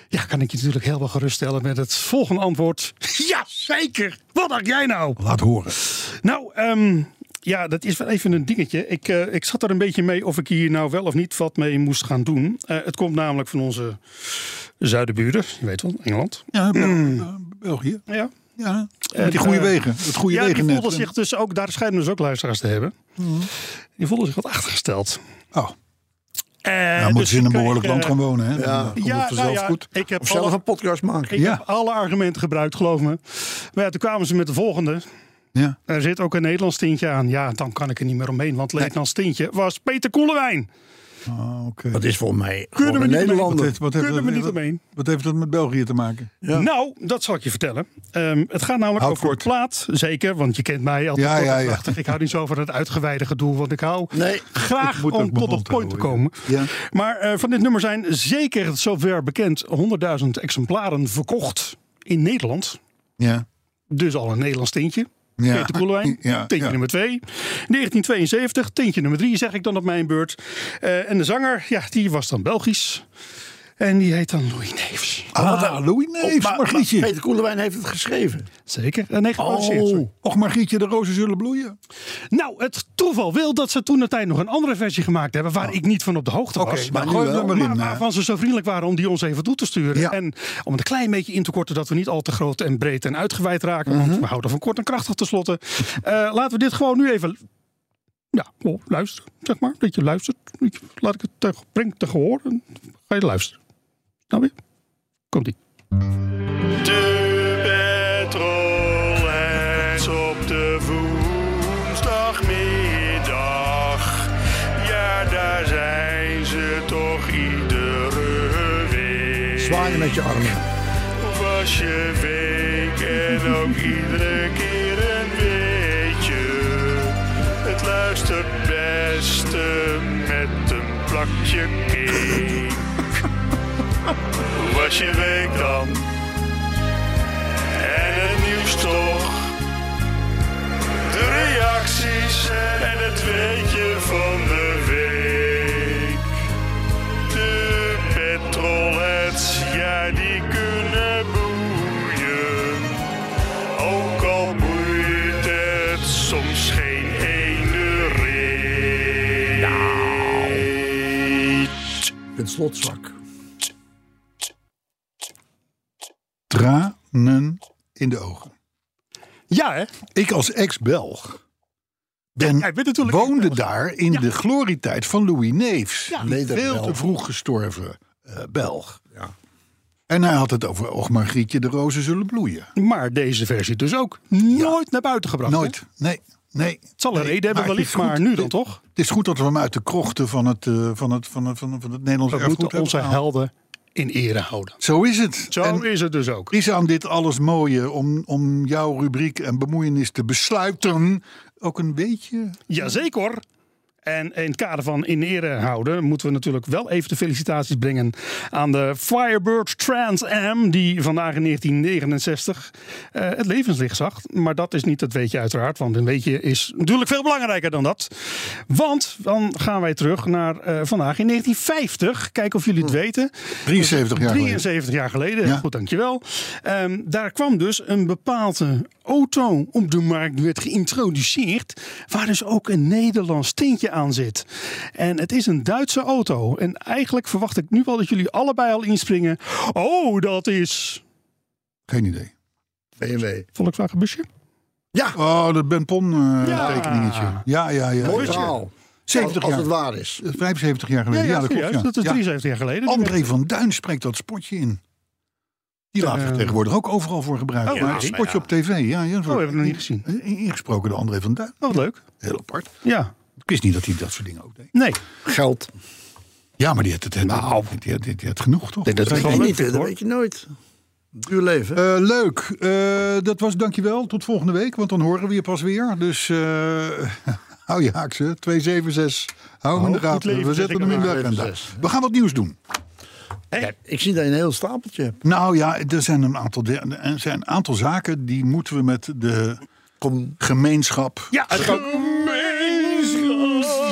E: Ja, kan ik je natuurlijk heel wel geruststellen met het volgende antwoord. Jazeker! Wat dacht jij nou?
C: Laat horen.
E: Nou, ehm, ja, dat is wel even een dingetje. Ik, eh, ik zat er een beetje mee of ik hier nou wel of niet wat mee moest gaan doen. Eh, het komt namelijk van onze zuidenburen, je weet wel, Engeland. Nou
C: Ja, Bel-
D: Mm.
C: eh, België.
E: Ja,
C: Ja,
E: En,
C: met die goede
E: eh,
C: wegen. Oh, Het goede
E: ja die
C: wegennet.
E: voelden zich dus ook, daar schijnen dus ook luisteraars te hebben.
C: Hmm.
E: Die voelden zich wat achtergesteld.
C: Oh,
E: Eh,
C: dan
E: dus
C: moeten ze Nou, in
E: ik
C: een
E: kreeg,
C: behoorlijk land
E: eh,
C: gaan wonen. Hè? Dan,
D: ja.
C: eh, komt
E: Ja,
C: het vanzelf
E: nou ja,
C: goed.
E: ik heb
D: Of zelf
E: alle-
D: een podcast maken.
E: Ik
C: Ja.
E: heb alle argumenten gebruikt, geloof me. Maar ja, toen kwamen ze met de volgende.
C: Ja.
E: Er zit ook een Nederlands tintje aan. Ja, dan kan ik er niet meer omheen. Want het Nederlands tintje was Peter Koelewijn.
C: Ah, oké.
D: Dat is volgens mij
E: Kunnen
D: gewoon
E: we
D: een
E: niet
C: Wat
D: Nederlander.
C: heeft, wat, heeft
E: Kunnen
C: dat,
E: we niet
C: wat-
E: omheen.
C: wat heeft dat met België te maken?
D: Ja.
E: Nou, dat zal ik je vertellen. Ehm, het gaat namelijk
C: Houd
E: over
C: kort.
E: een plaat. Zeker, want je kent mij altijd
C: Ja,
E: kort en
C: ja, ja.
E: krachtig. Ik hou niet zo van het uitgewijde gedoe. Want ik hou
D: Nee.
E: graag
C: Ik moet ook
E: om
C: mijn
E: tot op
C: mond
E: point te
C: houden,
E: komen. Maar eh, van dit nummer zijn zeker zover bekend 100.000 exemplaren verkocht in Nederland.
C: Ja.
E: Dus al een Nederlands tintje.
C: Ja.
E: Peter Koelewijn,
C: Ja,
E: tintje
C: ja.
E: nummer 2. 1972, tintje nummer 3 zeg ik dan op mijn beurt. Eh, en de zanger, ja, die was dan Belgisch. En die heet dan Louis Neefs.
C: Ah, Louis Neefs,
D: Oh, maar, maar
C: Margrietje. Oh,
D: Peter Koelewijn heeft het geschreven.
E: Zeker. Eh, nee, geproduceerd. sorry.
C: Och, Margrietje, de rozen zullen bloeien.
E: Nou, het toeval wil dat ze toen de tijd nog een andere versie gemaakt hebben... waar ik niet van op de hoogte
C: Oh. Oké,
E: was.
C: maar gooi hem er maar in.
E: Maar
C: eh.
E: waarvan ze zo vriendelijk waren om die ons even toe te sturen.
C: Ja.
E: En om het een klein beetje in te korten dat we niet al te groot en breed en uitgewijd raken.
C: Mhm.
E: Want we houden van kort en krachtig tenslotte. Eh laten we dit gewoon nu even ja, oh, luisteren, zeg maar. Dat je luistert. Dat je- Laat ik het te, breng het te gehoor en ga je luisteren. Nou weer. Komt-ie.
F: De petrolheads op de woensdagmiddag. Ja, daar zijn ze toch iedere week.
D: Zwaaien met je armen.
F: Was je week en ook iedere keer een weetje. Het luistert beste met een plakje cake. Hoe was je week dan? En het nieuws toch? De reacties en het weetje van de week.
D: slotzak.
C: Tranen in de ogen.
E: Ja, hè?
C: Ik als ex-Belg ben,
E: jij bent natuurlijk
C: woonde
E: ex-Belg.
C: daar in de glorietijd van Louis Neefs.
E: Ja.
C: die
D: Neder-Belg.
C: veel te vroeg gestorven eh, Belg. En hij had het over, och maar Grietje, de rozen zullen bloeien.
E: Maar deze versie dus ook nooit naar buiten gebracht. hè?
C: Nooit. Nee, nee.
E: Het zal een
C: Nee,
E: reden hebben
C: maar het
E: wellicht,
C: is
E: maar
C: goed.
E: nu dan toch?
C: Het is goed dat we hem uit de krochten van het, eh, van het, van het, van het, van het Nederlands
E: We
C: erfgoed
E: moeten
C: hebben
E: onze
C: gehaald.
E: helden in ere houden.
C: Zo is het.
E: Zo
C: En-
E: is het dus ook.
C: Is aan dit alles mooie om, om jouw rubriek en bemoeienis te besluiten ook een beetje?
E: Jazeker hoor. En in het kader van in ere houden moeten we natuurlijk wel even de felicitaties brengen aan de Firebird Trans Am, die vandaag in 1969 eh, het levenslicht zag. Maar dat is niet het weetje uiteraard, want een weetje is natuurlijk veel belangrijker dan dat. Want dan gaan wij terug naar eh, vandaag in 1950. Kijken of jullie het weten.
C: 73 jaar geleden.
E: 73 jaar geleden,
C: Ja.
E: goed dankjewel. Ehm, daar kwam dus een bepaalde auto op de markt, werd geïntroduceerd, waar dus ook een Nederlands tintje aan zit. En het is een Duitse auto. En eigenlijk verwacht ik nu wel dat jullie allebei al inspringen. Oh, dat is...
C: Geen idee.
D: BMW.
E: Volkswagen busje?
C: Oh, dat Ben Pon eh,
E: Ja.
C: tekeningetje. Ja, ja, ja.
D: Mooi
C: Ja.
D: verhaal.
C: 70
D: als, als
C: jaar.
D: het waar is.
C: 75 jaar
E: Ja,
C: geleden.
E: ja,
C: Ja, dat klopt.
E: serieus,
C: Ja.
E: dat is
C: Ja.
E: 73 jaar geleden.
C: André van Duin spreekt dat spotje in. Die laat zich
E: Eh.
C: tegenwoordig ook overal voor gebruiken.
E: Oh,
C: maar
E: oké.
C: het spotje op tv, ja. ja
E: Oh, heb ik nog niet gezien.
C: Ingesproken door André van Duin.
E: Oh, wat leuk.
C: Heel apart.
E: Ja,
C: Ik wist niet dat hij dat soort dingen ook deed.
E: nee.
D: Geld.
C: Ja, maar die had het,
E: Nou.
C: die had, die had, die had genoeg, toch?
D: Nee, dat weet
E: wel
D: je
E: leuk,
D: niet, hè, dat
E: hoor.
D: weet je nooit. Duur leven.
C: Eh, leuk. Eh, dat was dankjewel. Tot volgende week, want dan horen we je pas weer. Dus eh, hou je haakse. 276. Hou hem in de
E: Oh, goed
C: gaten.
E: leven,
C: we
E: zeg
C: zetten
E: ik
C: hem in de
D: maar.
C: agenda.
D: 276.
C: We gaan wat nieuws doen.
D: Ja, ik zie dat je een heel stapeltje hebt.
C: Nou ja, er zijn een aantal, er zijn een aantal zaken die moeten we met de
D: Kom.
C: gemeenschap
E: Ja, het kan-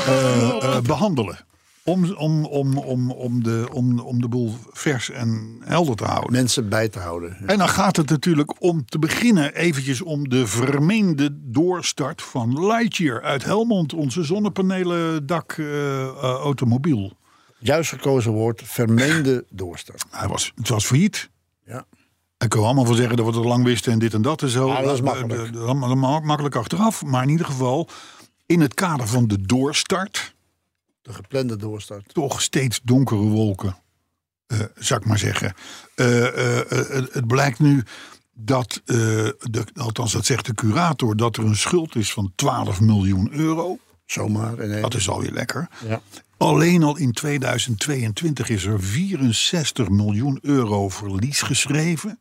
C: eh, eh, behandelen. Om, om, om, om, om, de, om, om de boel vers en helder te houden.
D: Mensen bij te houden.
C: En dan gaat het natuurlijk om te beginnen eventjes om de vermeende doorstart van Lightyear uit Helmond. Onze zonnepanelen dak eh, eh, automobiel.
D: Juist gekozen woord, vermeende doorstart.
C: Hij was, het was failliet.
D: Ja.
C: Daar kunnen we allemaal van zeggen dat we het al lang wisten en dit en dat en zo.
D: Ah, dat is
C: Eh,
D: makkelijk.
C: eh, eh, allemaal ma- makkelijk achteraf. Maar in ieder geval in het kader van de doorstart.
D: De geplande doorstart.
C: toch steeds donkere wolken, eh zou ik maar zeggen. Eh, eh, eh, het- het blijkt nu dat, eh, de, althans dat zegt de curator, dat er een schuld is van 12 miljoen euro.
D: Zomaar. ineens.
C: Dat is alweer lekker.
D: Ja.
C: Alleen al in 2022 is er 64 miljoen euro verlies geschreven.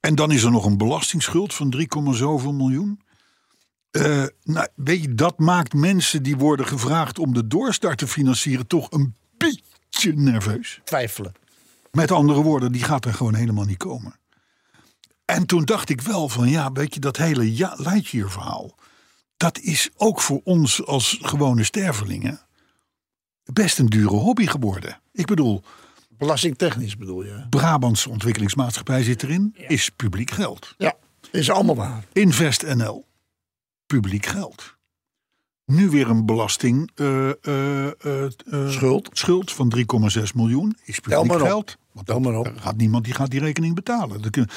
C: En dan is er nog een belastingsschuld van 3, komma zoveel miljoen. Eh, nou, weet je, dat maakt mensen die worden gevraagd om de doorstart te financieren toch een beetje nerveus.
D: Twijfelen.
C: Met andere woorden, die gaat er gewoon helemaal niet komen. En toen dacht ik wel van, ja, weet je, dat hele ja, Lightyear verhaal... dat is ook voor ons als gewone stervelingen... best een dure hobby geworden. Ik bedoel,
D: Belastingtechnisch bedoel je.
C: Brabantse ontwikkelingsmaatschappij zit erin, is publiek geld.
D: Ja. Is allemaal waar.
C: InvestNL, publiek geld. Nu weer een belasting... eh, eh, eh, eh,
D: Schuld.
C: schuld van 3,6 miljoen is
D: Tel
C: publiek
D: maar op.
C: geld. Want
D: Tel maar op.
C: Er gaat niemand die gaat die rekening betalen. Dan kunnen-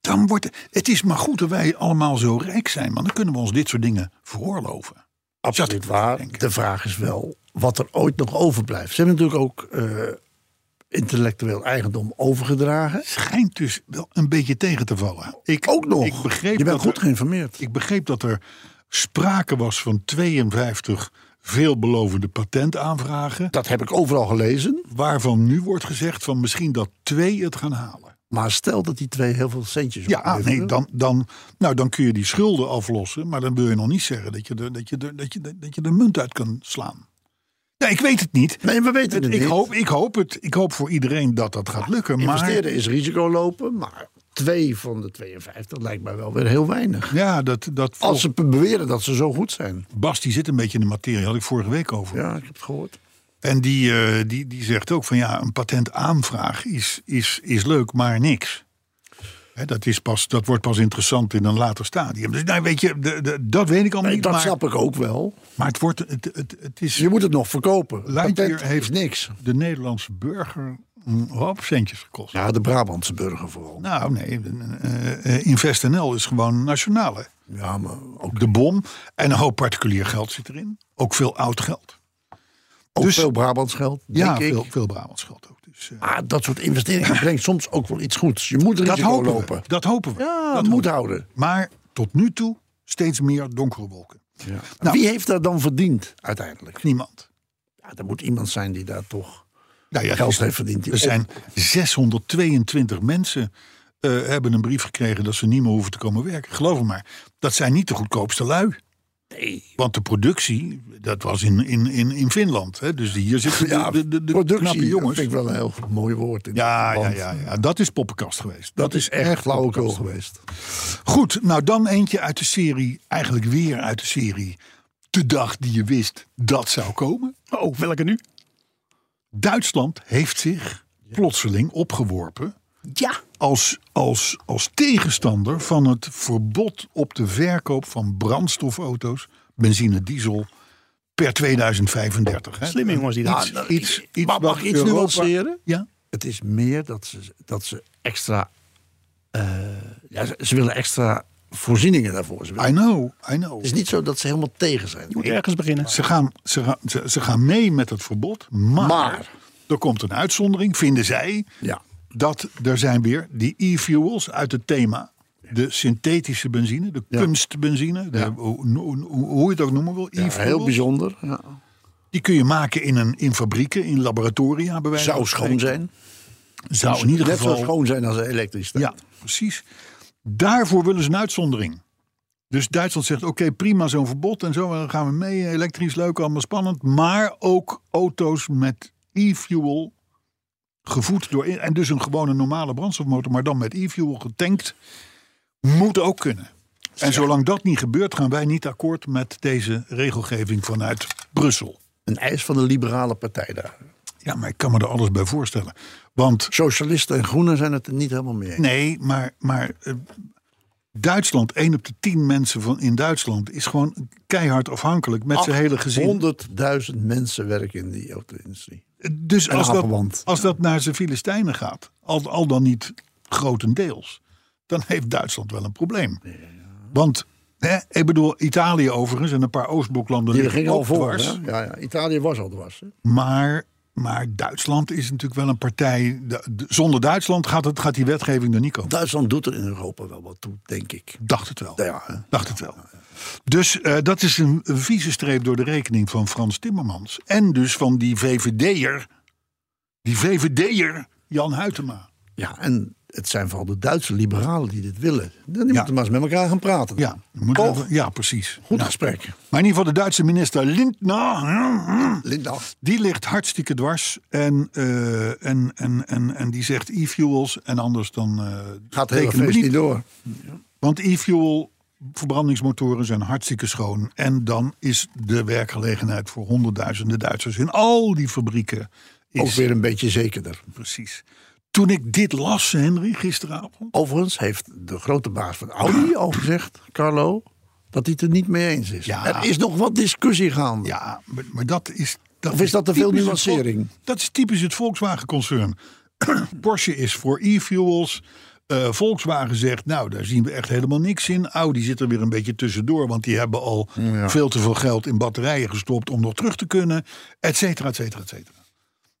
C: Dan wordt, het is maar goed dat wij allemaal zo rijk zijn, want dan kunnen we ons dit soort dingen veroorloven.
D: Absoluut waar. De vraag is wel wat er ooit nog overblijft. Ze hebben natuurlijk ook eh, intellectueel eigendom overgedragen.
C: Schijnt dus wel een beetje tegen te vallen. Ik,
D: Ook nog.
C: Ik begreep
D: je bent
C: dat
D: goed
C: er-
D: geïnformeerd.
C: Ik begreep dat er sprake was van 52 veelbelovende patentaanvragen,
D: Dat heb ik overal gelezen.
C: waarvan nu wordt gezegd van misschien dat twee het gaan halen.
D: Maar stel dat die twee heel veel centjes
C: Ja, ah,
D: opleveren.
C: nee, dan, dan, nou, dan kun je die schulden aflossen. Maar dan wil je nog niet zeggen dat je er, dat je er, dat je, er- dat je er munt uit kan slaan. Nee, ik weet het niet.
D: Nee, we weten het,
C: Het- ik,
D: niet.
C: hoop, ik, hoop het, ik hoop voor iedereen dat dat gaat lukken. Maar
D: Investeren is risico lopen, maar twee van de 52 lijkt mij wel weer heel weinig.
C: ja, dat, dat
D: Als ze beweren dat ze zo goed zijn.
C: Bas die zit een beetje in de materie, had ik vorige week over.
D: Ja, ik heb het gehoord.
C: En die, eh, die, die zegt ook van ja, een patentaanvraag is, is, is leuk, maar niks. Hè, Hè, dat, is pas, dat wordt pas interessant in een later stadium. Dus nou, weet je, de, de, dat weet ik al
D: Nee,
C: niet.
D: dat
C: maar,
D: snap ik ook wel. Dus
C: Maar het, wordt, het, het, het is...
D: Je moet het nog verkopen.
C: Lightyear
D: Patent
C: heeft
D: heeft niks.
C: de Nederlandse burger een hoop centjes gekost.
D: Ja, de Brabantse burger vooral.
C: Nou, nee. eh, eh, InvestNL is gewoon nationale.
D: Ja, maar ook,
C: Ook de bom. En een hoop particulier geld zit erin. Ook veel oud geld.
D: ook
C: Dus-
D: veel Brabants geld.
C: Ja,
D: denk ik.
C: veel, veel Brabants geld ook. Dus, eh,
D: Ah, dat soort investeringen brengt soms ook wel iets goeds. Je moet
C: dat,
D: risico
C: hopen we,
D: lopen.
C: dat hopen we.
D: Ja,
C: dat
D: dat moet
C: hopen
D: houden.
C: we. Maar tot nu toe steeds meer donkere wolken. Nou.
D: Wie heeft dat dan verdiend uiteindelijk?
C: Niemand.
D: Ja, er moet iemand zijn die daar toch
C: Nou ja,
D: geld heeft verdiend.
C: Er zijn 622 mensen eh, hebben een brief gekregen dat ze niet meer hoeven te komen werken. Geloof me maar, dat zijn niet de goedkoopste lui.
D: Nee.
C: Want de productie, dat was in, in, in, in Finland. Hè? Dus hier zitten de,
D: Ja,
C: de, de, de
D: productie
C: knappe jongens.
D: jongens. vind ik wel een heel mooi woord. in
C: Ja,
D: dit
C: ja,
D: verband.
C: ja, ja, dat is poppenkast geweest.
D: Dat is echt flauwekul geweest.
C: Goed, nou dan eentje uit de serie, eigenlijk weer uit de serie. De dag die je wist dat zou komen.
E: Oh, welke nu?
C: Duitsland heeft zich plotseling opgeworpen. Als, als, als tegenstander van het verbod op de verkoop van brandstofauto's, benzine, diesel, per 2035. Hè?
E: Slimme jongens die
C: Iets,
E: dat.
D: nou,
C: iets, iets
D: maar mag
C: wat
D: ik iets
C: Europa-
D: nuanceren?
C: Ja,
D: Het is meer dat ze, dat ze extra... eh, ja, ze, ze willen extra voorzieningen daarvoor. Ze willen-
C: I know, I
D: het
C: know.
D: is niet zo dat ze helemaal tegen zijn.
E: Je moet ergens beginnen.
C: Ze gaan, ze, gaan, ze, ze gaan mee met het verbod, maar,
D: Maar.
C: er komt een uitzondering, vinden zij.
D: Ja.
C: Dat er zijn weer die e-fuels uit het thema. De synthetische benzine, de
D: Ja.
C: kunstbenzine, de, hoe, hoe, hoe- hoe je het ook noemen wil.
D: Ja,
C: e-fuels.
D: heel bijzonder. Ja.
C: Die kun je maken in, een, in fabrieken, in laboratoria. Bij wijze
D: Zou
C: van
D: schoon
C: spreken.
D: zijn.
C: Zou Nou, in ieder
D: Net
C: geval.
D: zo schoon zijn als een elektrisch.
C: Ja, precies. Daarvoor willen ze een uitzondering. Dus Duitsland zegt, oké, prima, zo'n verbod en zo. en Dan gaan we mee, elektrisch, leuk, allemaal spannend. Maar ook auto's met e-fuel gevoed door... En dus een gewone normale brandstofmotor, maar dan met e-fuel getankt. Moet ook kunnen. En zolang dat niet gebeurt, gaan wij niet akkoord met deze regelgeving vanuit Brussel.
D: Een eis van de liberale partij daar.
C: Ja, maar ik kan me er alles bij voorstellen. Want
D: Socialisten en groenen zijn het er niet helemaal mee eens.
C: Nee, maar, maar eh, Duitsland, 1 op de 10 mensen van, in Duitsland is gewoon keihard afhankelijk met zijn hele gezin.
D: 100.000 mensen werken in die auto-industrie.
C: Dus
D: en
C: als dat,
D: Havenwand.
C: als dat naar zijn Filistijnen gaat, al, al dan niet grotendeels, dan heeft Duitsland wel een probleem. Want, hè, ik bedoel, Italië overigens en een paar Oostbloklanden
D: Die
C: liggen
D: ging al
C: ook
D: voor.
C: dwars.
D: hè? Ja, ja, Italië was al dwars. hè?
C: Maar, maar Duitsland is natuurlijk wel een partij. de- de- zonder Duitsland gaat, het, gaat die wetgeving er niet komen.
D: Duitsland doet er in Europa wel wat toe, denk ik.
C: Dacht het wel.
D: Ja, hè?
C: Dacht het wel. Dus eh, dat is een, een vieze streep door de rekening van Frans Timmermans. En dus van die VVD'er, die VVD'er Jan Huytema.
D: ja, en het zijn vooral de Duitse liberalen die dit willen. Die moeten maar eens met elkaar gaan praten.
C: Ja, we moeten
D: Toch?
C: even- ja precies.
D: Goed gesprek.
C: Maar in ieder geval de Duitse minister Lindner,
D: Linda.
C: die ligt hartstikke dwars. En, eh, en, en, en, en die zegt e-fuels en anders dan eh,
D: Gaat het hele
C: rekenen we niet.
D: feest niet door.
C: Want e-fuel verbrandingsmotoren zijn hartstikke schoon. En dan is de werkgelegenheid voor honderdduizenden Duitsers in al die fabrieken.
D: Ook
C: Is,
D: weer een beetje zekerder.
C: precies. Toen ik dit las, Henry, gisteravond.
D: Overigens heeft de grote baas van Audi al gezegd, Carlo, dat hij het er niet mee eens is.
C: Ja.
D: Er is nog wat discussie gaande.
C: Ja, maar, maar dat is.
D: Of is dat te veel
C: typisch het Vol-
D: nuancering?
C: dat is typisch het Volkswagen-concern. Porsche is voor e-fuels. Eh, Volkswagen zegt, nou, daar zien we echt helemaal niks in. Audi zit er weer een beetje tussendoor, want die hebben al veel te veel geld in batterijen gestopt om nog terug te kunnen, et cetera, et cetera, et cetera.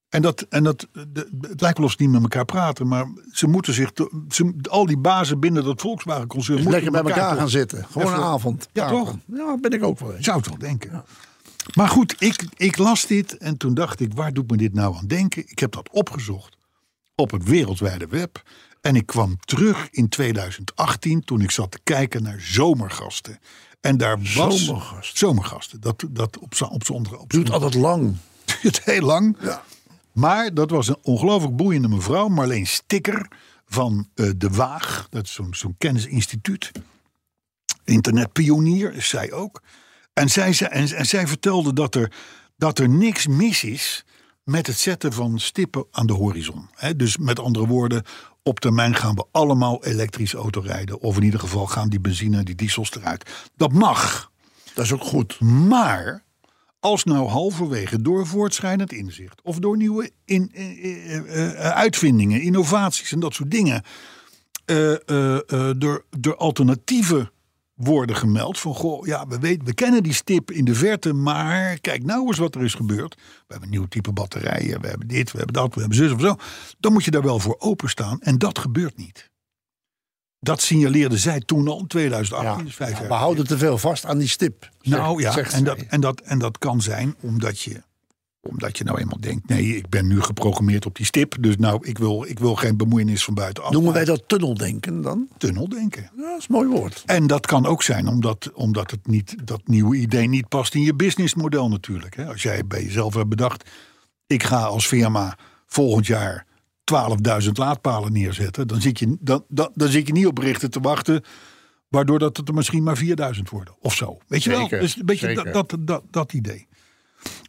C: En, dat, en dat, de- het lijkt wel of ze niet met elkaar praten, maar ze moeten zich, te- ze, al die bazen binnen dat Volkswagen-concern moeten
D: Lekker bij elkaar, gaan
C: toch-
D: zitten. Gewoon
C: Even-
D: een avond.
C: Ja,
D: Avond.
C: toch?
D: Ja, ben ik ook wel eens.
C: zou het wel denken. Maar goed, ik, ik las dit en toen dacht ik, waar doet me dit nou aan denken? Ik heb dat opgezocht op het wereldwijde web. En ik kwam terug in 2018 toen ik zat te kijken naar zomergasten. En daar was...
D: Zomergasten?
C: Zomergasten, Dat, dat op, z'n- op z'n onder- op z'n-
D: Duurt altijd lang.
C: duurt heel lang. Maar dat was een ongelooflijk boeiende mevrouw, Marleen Stikker van eh, De Waag. Dat is zo'n zo'n kennisinstituut. Internetpionier is zij ook. En zij, ze- en, en zij vertelde dat er, dat er niks mis is met het zetten van stippen aan de horizon. Hè, dus met andere woorden, op termijn gaan we allemaal elektrisch autorijden. Of in ieder geval gaan die benzine en die diesels eruit. Dat mag.
D: Dat is ook goed.
C: Maar als nou halverwege door voortschrijdend inzicht of door nieuwe in, eh, eh, eh, uitvindingen, innovaties en dat soort dingen, eh, eh, eh, door, door alternatieven worden gemeld van goh, ja, we, weten, we kennen die stip in de verte, maar kijk nou eens wat er is gebeurd. We hebben een nieuw type batterijen, we hebben dit, we hebben dat, we hebben zus of zo. Dan moet je daar wel voor openstaan en dat gebeurt niet. Dat signaleerde zij toen al in 2018,
D: Ja.
C: dus vijf jaar
D: we houden te veel vast aan die stip.
C: nou
D: zegt-
C: ja,
D: zegt
C: en, dat,
D: zij.
C: en, dat, en dat kan zijn omdat je, omdat je nou eenmaal denkt: nee, ik ben nu geprogrammeerd op die stip, dus nou, ik wil, ik wil geen bemoeienis van buitenaf.
D: Noemen wij dat tunneldenken dan?
C: tunnel denken?
D: Ja, dat is een mooi woord.
C: En dat kan ook zijn omdat, omdat het niet, dat nieuwe idee niet past in je businessmodel natuurlijk. Hè? Als jij bij jezelf hebt bedacht, ik ga als firma volgend jaar 12.000 laadpalen neerzetten. Dan zit, je, dan, dan, dan zit je niet op berichten te wachten, waardoor dat het er misschien maar 4.000 worden of zo. Weet je wel?
D: Zeker,
C: Dus een beetje dat,
D: zeker.
C: dat, dat, dat idee.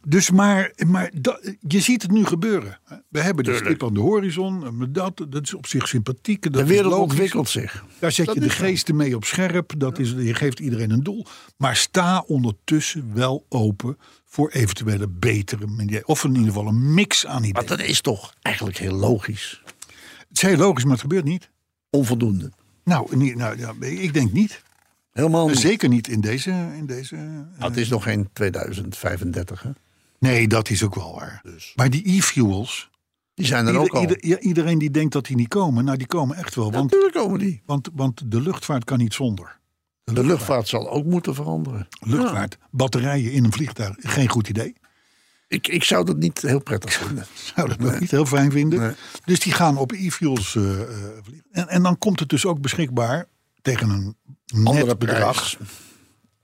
C: Dus maar, maar dat, je ziet het nu gebeuren. hè. We hebben de stip aan de horizon. maar Dat, dat is op zich sympathiek. Dat
D: De
C: is
D: wereld
C: logisch.
D: ontwikkelt zich.
C: Daar zet je de geesten mee op scherp. Dat is, je geeft iedereen een doel. Maar sta ondertussen wel open voor eventuele betere manieren. Of in ieder geval een mix aan
D: Maar
C: ideeën.
D: dat is toch eigenlijk heel logisch.
C: Het is heel logisch, maar het gebeurt niet.
D: Onvoldoende.
C: Nou, niet, nou ja, ik denk niet.
D: Helemaal niet.
C: Zeker niet in deze, in deze.
D: Nou, het is nog geen 2035. Hè?
C: Nee, dat is ook wel waar. Maar die e-fuels.
D: Die zijn er
C: ieder-
D: Dus. ook al.
C: ieder- ja, iedereen die denkt dat die niet komen. Nou, die komen echt wel. Want,
D: Natuurlijk komen die.
C: want, want de luchtvaart kan niet zonder.
D: De luchtvaart zal ook moeten veranderen.
C: Luchtvaart, batterijen in een vliegtuig, geen goed idee.
D: Ik, ik zou dat niet heel prettig vinden.
C: zou Nou, dat ook niet heel fijn vinden.
D: Nee.
C: Dus die gaan op e-fuels eh, eh, vliegen. En, en dan komt het dus ook beschikbaar tegen een
D: Andere
C: net
D: prijs.
C: bedrag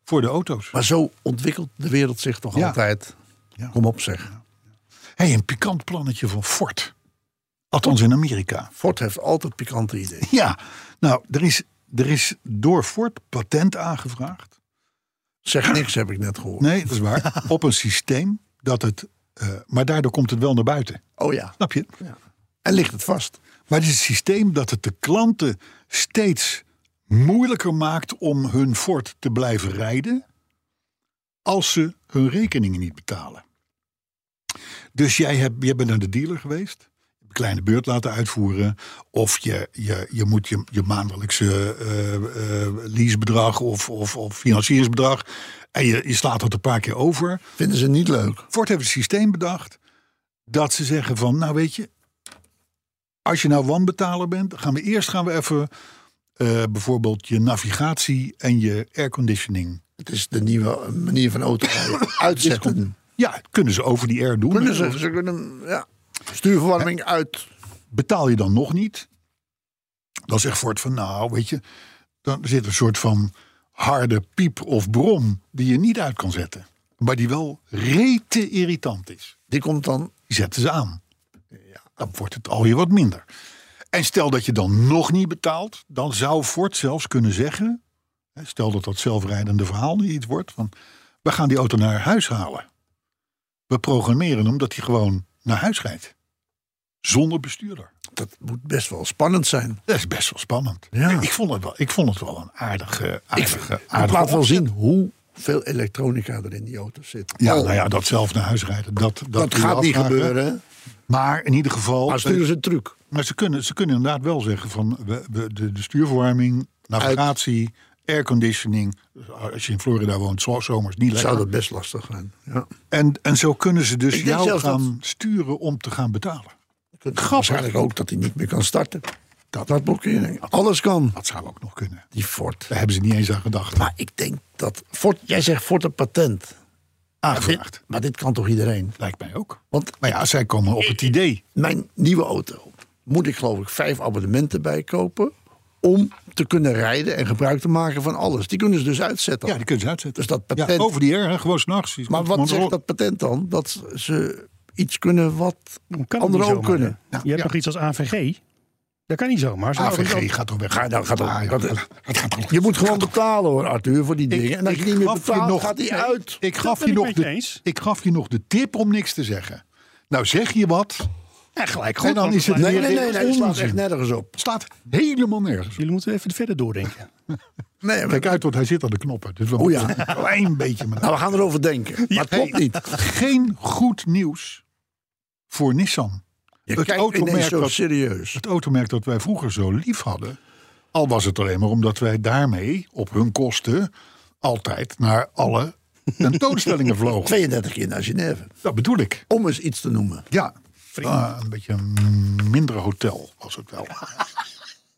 C: voor de auto's.
D: Maar zo ontwikkelt de wereld zich toch
C: Ja.
D: altijd.
C: Ja.
D: Kom op zeg.
C: hey, een pikant plannetje van Ford. Althans in Amerika.
D: Ford heeft altijd pikante ideeën.
C: Ja, nou, er is, er is door Ford patent aangevraagd.
D: Zeg niks heb ik net gehoord.
C: Nee, dat is waar. Op een systeem dat het... eh, maar daardoor komt het wel naar buiten.
D: Oh ja.
C: Snap je?
D: En ligt het vast.
C: Maar het is een systeem dat het de klanten steeds moeilijker maakt om hun Ford te blijven rijden als ze hun rekeningen niet betalen. Dus jij, hebt, jij bent naar de dealer geweest, een kleine beurt laten uitvoeren, of je, je, je moet je, je maandelijkse eh, eh, leasebedrag of, of, of financieringsbedrag en je, je slaat dat een paar keer over.
D: Vinden ze niet leuk.
C: Ford heeft een systeem bedacht dat ze zeggen van, nou weet je, als je nou wanbetaler bent, gaan we eerst gaan we even eh, bijvoorbeeld je navigatie en je airconditioning.
D: Het is de nieuwe manier van autorijden. Uitzetten.
C: Ja, kunnen ze over die air doen.
D: Kunnen ze, ze kunnen, ja. Stuurverwarming uit.
C: Betaal je dan nog niet? Dan zegt Ford van, nou weet je, dan zit een soort van harde piep of brom die je niet uit kan zetten. Maar die wel rete irritant is.
D: Die komt dan.
C: Die zetten ze aan. Dan wordt het alweer wat minder. En stel dat je dan nog niet betaalt, dan zou Ford zelfs kunnen zeggen... hè, stel dat dat zelfrijdende verhaal niet iets wordt... van we gaan die auto naar huis halen. We programmeren hem dat hij gewoon naar huis rijdt. Zonder bestuurder.
D: Dat moet best wel spannend zijn.
C: Dat is best wel spannend.
D: Ja.
C: Ik, vond het wel, ik vond het wel een aardige, aardige,
D: Het
C: aardige
D: laat wel
C: opzet.
D: zien hoeveel elektronica er in die auto zit.
C: Ja,
D: Oh,
C: nou ja, dat zelf naar huis rijden. Dat, dat,
D: dat
C: kun je
D: gaat niet
C: afvragen.
D: gebeuren. hè?
C: Maar in ieder geval...
D: Maar sturen ze een truc.
C: Maar ze kunnen, ze kunnen inderdaad wel zeggen van we, we- de, de stuurverwarming, navigatie, airconditioning. Als je in Florida woont, zo- zomers niet lekker.
D: Zou dat best lastig zijn. Ja.
C: En, en zo kunnen ze dus
D: Ik denk
C: jou
D: zelfs dat-
C: gaan sturen om te gaan betalen.
D: Grappig. Waarschijnlijk ook dat hij niet meer kan starten. Dat, dat blokkering. Alles kan.
C: Dat zou ook nog kunnen.
D: Die Ford.
C: Daar hebben ze niet eens aan gedacht.
D: Maar ik denk dat Ford, jij zegt Ford een patent.
C: Aangevraagd.
D: Dit- maar dit kan toch iedereen?
C: Lijkt mij ook.
D: Want
C: Maar ja, zij komen op het idee.
D: mijn nieuwe auto moet ik geloof ik vijf abonnementen bij kopen om te kunnen rijden en gebruik te maken van alles. Die kunnen ze dus uitzetten.
C: Ja, die kunnen ze uitzetten.
D: Dus dat
C: Ja,
D: patent-
C: over die air, hè, gewoon s'nachts.
D: maar wat zegt dat patent dan? Dat ze iets kunnen wat
E: Kan het niet
D: anderen ook
E: zomaar,
D: kunnen.
E: hè?
C: Nou.
E: je hebt nog iets als AVG. Dat kan niet zomaar. Zo-
C: AVG gaat toch weg.
D: Ga, nou, gaat toch-
C: Ah, joh,
D: dat-
C: dat- dat gaat toch-
D: Je moet gewoon betalen hoor, Arthur, voor die dingen. En als je niet meer
C: gaf je
D: betaalt,
C: nog-
D: gaat die
C: Nee,
D: uit.
C: Ik
E: Dat
C: gaf,
E: ben
C: je
E: ik
C: nog
E: met je
C: de,
E: eens.
C: ik gaf je nog de tip om niks te zeggen. Nou zeg je wat.
E: En gelijk
C: En
E: goed.
C: dan
E: want
C: is het
E: lijkt-
D: Nee, nee, nee,
C: Dit
D: nee, het slaat
C: onzin.
D: echt nergens op.
C: Staat helemaal nergens. op.
E: Jullie moeten even verder doordenken.
D: Nee, maar-
C: Kijk uit, want hij zit aan de knoppen. Dus we
D: Oh ja.
C: moeten een klein beetje... met-
D: nou, we gaan erover denken. Maar het klopt
C: Hey,
D: niet.
C: Geen goed nieuws voor Nissan.
D: Je
C: Het
D: kijkt
C: automerk
D: ineens zo
C: dat-
D: serieus.
C: Het automerk dat wij vroeger zo lief hadden. Al was het alleen maar omdat wij daarmee op hun kosten altijd naar alle tentoonstellingen vlogen.
D: 32 keer naar Genève.
C: Dat bedoel ik.
D: Om eens iets te noemen.
C: Ja, Ah, een beetje een minder hotel was het wel.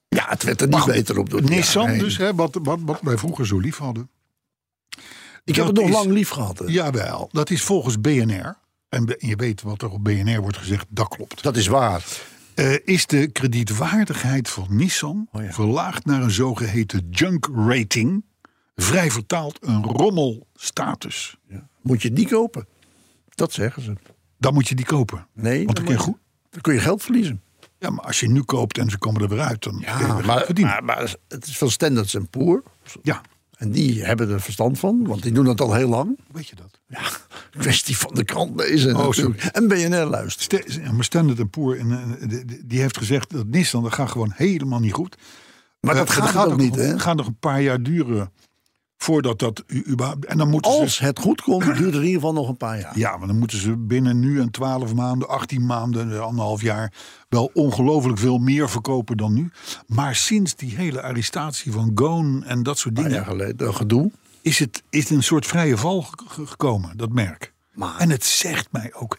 D: Ja, het werd er niet beter op door de
C: Nissan
D: jaren heen.
C: dus, hè, wat, wat, wat wij vroeger zo lief hadden.
D: Ik heb
C: dat
D: het nog
C: is-
D: lang lief gehad. hè.
C: Jawel, dat is volgens BNR. En be- je weet wat er op BNR wordt gezegd, dat klopt.
D: Dat is waar.
C: Eh, is de kredietwaardigheid van Nissan
D: Oh
C: verlaagd naar een zogeheten junk rating. Vrij vertaald een rommelstatus.
D: Moet je die kopen? Dat zeggen ze.
C: Dan moet je die kopen.
D: Nee,
C: Want
D: dan
C: dan kun je
D: moet-
C: goed.
D: Dan kun je geld verliezen.
C: Ja, maar als je nu koopt en ze komen er weer uit, dan kun je weer geld
D: maar,
C: verdienen.
D: maar, maar het is van Standards Poor.
C: ja,
D: En die hebben er verstand van, want die doen dat al heel lang.
C: weet je dat?
D: Ja, kwestie van de krant lezen.
C: Oh,
D: natuurlijk. en BNR luisteren.
C: Ste- maar Standard Poor, en, eh, de- de- die heeft gezegd dat Nissan, dat gaat gewoon helemaal niet goed.
D: Maar dat
C: Eh,
D: gaat, ook niet, hè?
C: Het gaat nog een paar jaar duren voordat dat u- überhaupt... En dan moeten
D: Als
C: ze...
D: het goed komt, duurt het in ieder geval nog een paar jaar.
C: Ja, maar dan moeten ze binnen nu en 12 maanden, 18 maanden, eh, anderhalf jaar... wel ongelooflijk veel meer verkopen dan nu. Maar sinds die hele arrestatie van Goon en dat soort
D: Tien
C: dingen...
D: jaar geleden, dat gedoe.
C: is het is het een soort vrije val ge- ge- gekomen, dat merk.
D: Maar-
C: en het zegt mij ook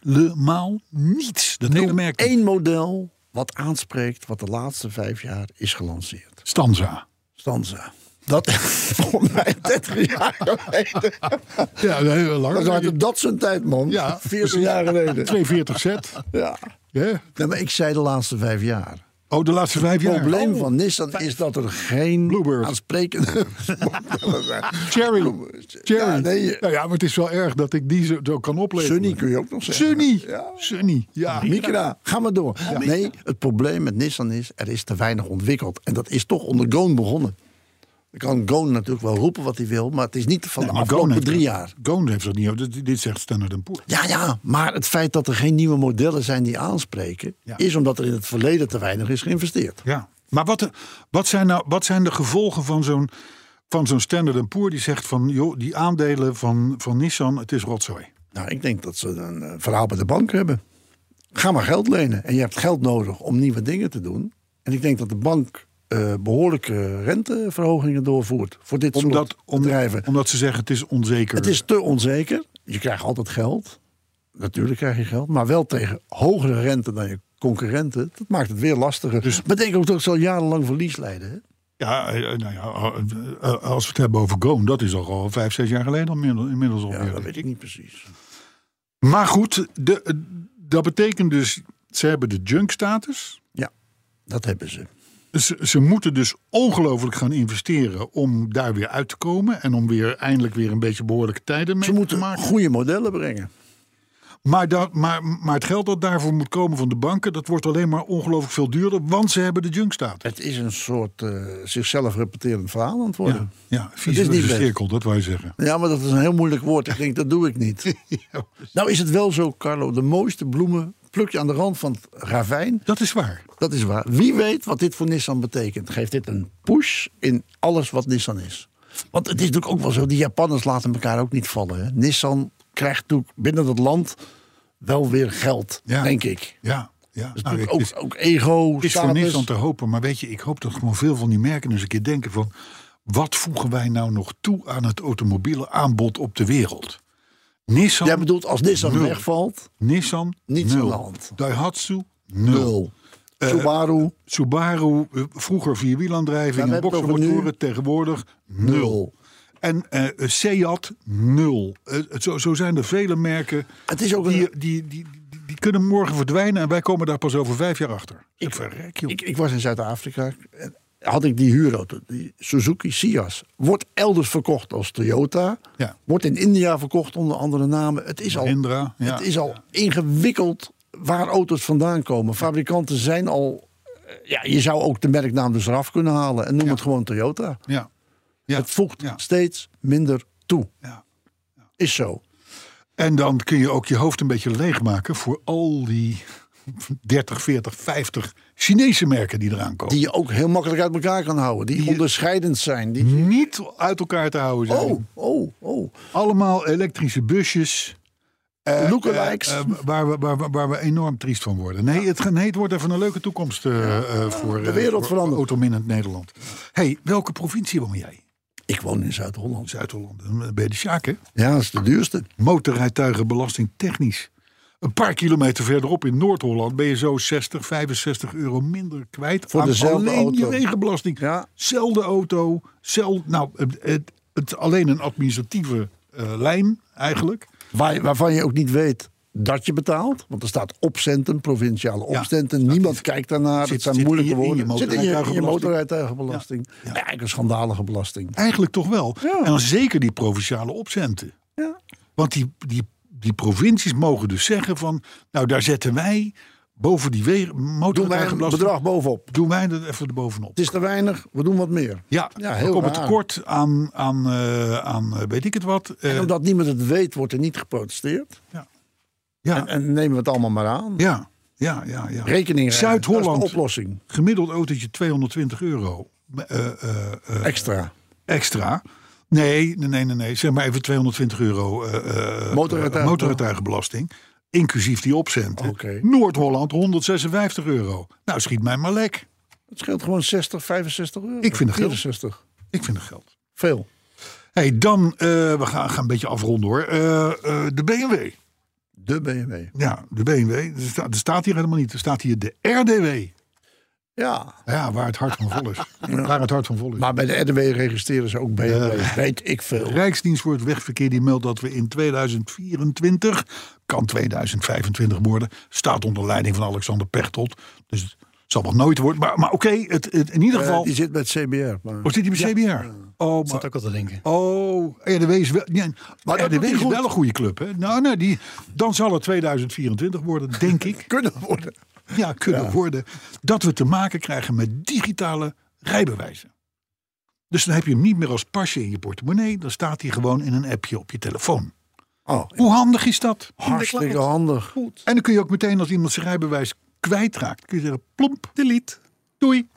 C: helemaal niets. Dat hele merk
D: Eén model wat aanspreekt wat de laatste vijf jaar is gelanceerd.
C: Stanza.
D: Stanza. Dat is volgens mij 30 jaar geleden.
C: Ja, een hele
D: Dat was uit dat zijn tijd, man.
C: Ja,
D: 40 jaar geleden.
C: 42 set.
D: Ja.
C: Ja.
D: Nee, maar ik zei de laatste vijf jaar.
C: Oh, de laatste vijf
D: Het
C: jaar.
D: probleem
C: Oh,
D: van Nissan is dat er geen
C: Bluebird.
D: aansprekende modellen zijn.
C: Cherry. Cherry.
D: Ja, nee,
C: nou ja, maar het is wel erg dat ik die zo, zo kan opleveren.
D: Sunny kun je ook nog zeggen.
C: Sunny.
D: Ja.
C: Sunny. Ja.
D: Micra, ga maar door. Nee, het probleem met Nissan is, er is te weinig ontwikkeld. En dat is toch onder Goon begonnen. Dan kan Goon natuurlijk wel roepen wat hij wil, maar het is niet van de
C: Maar
D: afgelopen
C: heeft
D: drie
C: dat-
D: jaar.
C: Goon heeft dat niet. Dit, dit zegt Standard Poor's.
D: Ja, ja, maar het feit dat er geen nieuwe modellen zijn die aanspreken...
C: Ja.
D: is omdat er in het verleden te weinig is geïnvesteerd.
C: Ja. Maar wat, wat, zijn nou, wat zijn de gevolgen van zo'n van zo'n Standard Poor die zegt van joh, die aandelen van, van Nissan, het is rotzooi.
D: Nou, ik denk dat ze een eh, verhaal bij de bank hebben. Ga maar geld lenen. En je hebt geld nodig om nieuwe dingen te doen. En ik denk dat de bank eh, behoorlijke renteverhogingen doorvoert... voor dit
C: Omdat,
D: soort
C: om-
D: bedrijven.
C: omdat ze zeggen het is onzeker.
D: Het is te onzeker. Je krijgt altijd geld. Natuurlijk krijg je geld. Maar wel tegen hogere rente dan je concurrenten. Dat maakt het weer lastiger. Dus betekent ook dat het zal jarenlang verlies leiden. Hè?
C: Ja, eh, nou ja, eh, eh, als we het hebben over Goon, dat is al al vijf, zes jaar geleden inmiddel- inmiddels
D: Ja,
C: alweer.
D: dat weet ik niet precies.
C: maar goed, de, eh, dat betekent dus, ze hebben de junk-status.
D: Ja, dat hebben ze.
C: Ze, ze moeten dus ongelooflijk gaan investeren om daar weer uit te komen. En om weer eindelijk weer een beetje behoorlijke tijden mee
D: Ze
C: te
D: moeten
C: maken.
D: goede modellen brengen.
C: Maar, dat, maar, maar het geld dat daarvoor moet komen van de banken, dat wordt alleen maar ongelooflijk veel duurder. Want ze hebben de junk-status.
D: Het is een soort eh, zichzelf repeterend verhaal aan het
C: Ja,
D: worden.
C: ja
D: Het is
C: vies
D: niet best.
C: cirkel, dat wou je zeggen.
D: Ja. maar dat is een heel moeilijk woord. Ik denk, dat doe ik niet. Nou is het wel zo, Carlo. De mooiste bloemen pluk je aan de rand van het ravijn.
C: Dat is waar.
D: Dat is waar. Wie weet wat dit voor Nissan betekent. Geeft dit een push in alles wat Nissan is. Want het is natuurlijk ook wel zo, die Japanners laten elkaar ook niet vallen. Hè? Nissan krijgt natuurlijk binnen dat land wel weer geld,
C: Ja.
D: denk ik.
C: Ja, ja. Nou,
D: Dus natuurlijk
C: het
D: ook,
C: is-
D: ook ego,
C: Het is voor
D: status.
C: Nissan te hopen, maar weet je, ik hoop dat gewoon veel van die merken eens een keer denken van... wat voegen wij nou nog toe aan het automobiele aanbod op de wereld? Nissan,
D: Jij bedoelt, als Nissan
C: Nul.
D: wegvalt,
C: Nissan,
D: niets
C: nul.
D: aan de hand.
C: Daihatsu, nul. Eh,
D: nul. Subaru, nul.
C: Subaru, eh, vroeger
D: Ja,
C: vierwielaandrijving
D: we
C: en
D: hebben het over
C: boxermotoren, tegenwoordig nul. En eh, eh, Seat, nul. Eh, het- zo, zo zijn er vele merken
D: Het is ook een,
C: die, die, die, die, die kunnen morgen verdwijnen... en wij komen daar pas over vijf jaar achter.
D: Ik-
C: verrek, joh.
D: Ik, ik was in Zuid-Afrika. en Had ik die huurauto, die Suzuki Sias. Wordt elders verkocht als Toyota.
C: Ja.
D: Wordt in India verkocht onder andere namen. Het is al,
C: Mahindra, ja.
D: het is al ingewikkeld waar auto's vandaan komen. Fabrikanten zijn al... eh, Ja, je zou ook de merknaam dus eraf kunnen halen. En noem het gewoon Toyota.
C: ja. Ja.
D: Het voegt
C: Ja.
D: steeds minder toe.
C: Ja.
D: Is zo.
C: En dan kun je ook je hoofd een beetje leegmaken voor al die 30, 40, 50 Chinese merken die eraan komen.
D: Die je ook heel makkelijk uit elkaar kan houden. Die,
C: Die je-
D: onderscheidend zijn. Die...
C: Die niet uit elkaar te houden zijn.
D: Oh, oh, oh.
C: Allemaal elektrische busjes. eh,
D: Lookalikes.
C: eh, eh, waar, we, waar, we, waar we enorm triest van worden. Nee, het, ge- nee, het wordt even een leuke toekomst eh, eh, voor
D: de wereld
C: voor
D: verandert.
C: autominnend Nederland. hey, welke provincie woon jij?
D: Ik woon in Zuid-Holland.
C: Zuid-Holland. Dan ben je de Sjaak, hè?
D: Ja, dat is de duurste.
C: Motorrijtuigenbelasting technisch. Een paar kilometer verderop in Noord-Holland ben je zo 60, 65 euro minder kwijt.
D: Voor
C: aan
D: dezelfde
C: alleen je
D: auto.
C: wegenbelasting.
D: Ja.
C: Zelfde auto, zel, nou, het, het, het- alleen een administratieve eh, lijn eigenlijk.
D: Waar, waarvan je ook niet weet dat je betaalt. Want er staat opcenten, provinciale
C: Ja,
D: opcenten.
C: staat
D: Niemand
C: in-
D: kijkt daarnaar.
C: zit-
D: Het zijn
C: zit
D: moeilijke
C: in je- in je
D: woorden. Zit in je, in je
C: motorrijtuigenbelasting.
D: motorrijtuigenbelasting. Ja, Eigenlijk een schandalige belasting.
C: Eigenlijk toch wel. En dan zeker die provinciale opcenten. Want die, die, die provincies mogen dus zeggen van... nou, daar zetten wij boven die wegen,
D: Doen wij een
C: motorrijtuigenbelasting...
D: bedrag bovenop.
C: doen wij er even erbovenop.
D: Het is te weinig, we doen wat meer.
C: Ja,
D: Ja,
C: ja
D: heel
C: heel kom
D: raar.
C: tekort aan, aan, eh, aan eh, weet ik het wat. eh,
D: En omdat niemand het weet, wordt er niet geprotesteerd.
C: ja,
D: En, en nemen we het allemaal maar aan.
C: ja, ja, ja, ja.
D: Rekening rijden,
C: Zuid-Holland.
D: dat is de oplossing.
C: Gemiddeld autootje 220 euro eh, eh, eh,
D: Extra.
C: extra. Nee, nee, nee, nee, nee. Zeg maar even 220 euro eh, eh, eh,
D: Motorrijtuigen-
C: motorrijtuigenbelasting. Inclusief die opcenten.
D: Oké.
C: Noord-Holland 156 euro. Nou, schiet mij maar lek.
D: Het scheelt gewoon 60, 65 euro.
C: Ik vind het geld.
D: 64.
C: Ik vind het geld.
D: Veel.
C: hey, dan, eh, we gaan, gaan een beetje afronden hoor. Eh, eh, de BMW.
D: De BMW.
C: Ja, de BMW. Dus Er sta- er staat hier helemaal niet. Er staat hier de RDW.
D: Ja.
C: Ja, waar het hart van vol is. Waar het hart van vol is.
D: Maar bij de RDW registreren ze ook BMW. Weet ik veel.
C: Rijksdienst voor het Wegverkeer die meldt dat we in 2024, kan 2025 worden, staat onder leiding van Alexander Pechtold. Dus het zal nog nooit worden. Maar, maar oké, het, het- in ieder
D: Eh,
C: geval.
D: die zit met CBR. Maar...
C: Was dit die bij CBR? Oh, maar,
E: Zat ook al te denken.
C: oh, RDW is wel, nee, maar
D: dat
C: RDW
D: doet hij
C: is
D: goed.
C: wel een goede club. Hè? Nou, nee, die, dan zal het 2024 worden, denk ik.
D: Kunnen worden.
C: ja, kunnen worden. Dat we te maken krijgen met digitale rijbewijzen. Dus dan heb je hem niet meer als pasje in je portemonnee. Dan staat hij gewoon in een appje op je telefoon.
D: Oh,
C: Hoe handig is dat?
D: hartstikke handig.
C: En dan kun je ook meteen als iemand zijn rijbewijs kwijtraakt. Kun je zeggen plomp. Delete. Doei.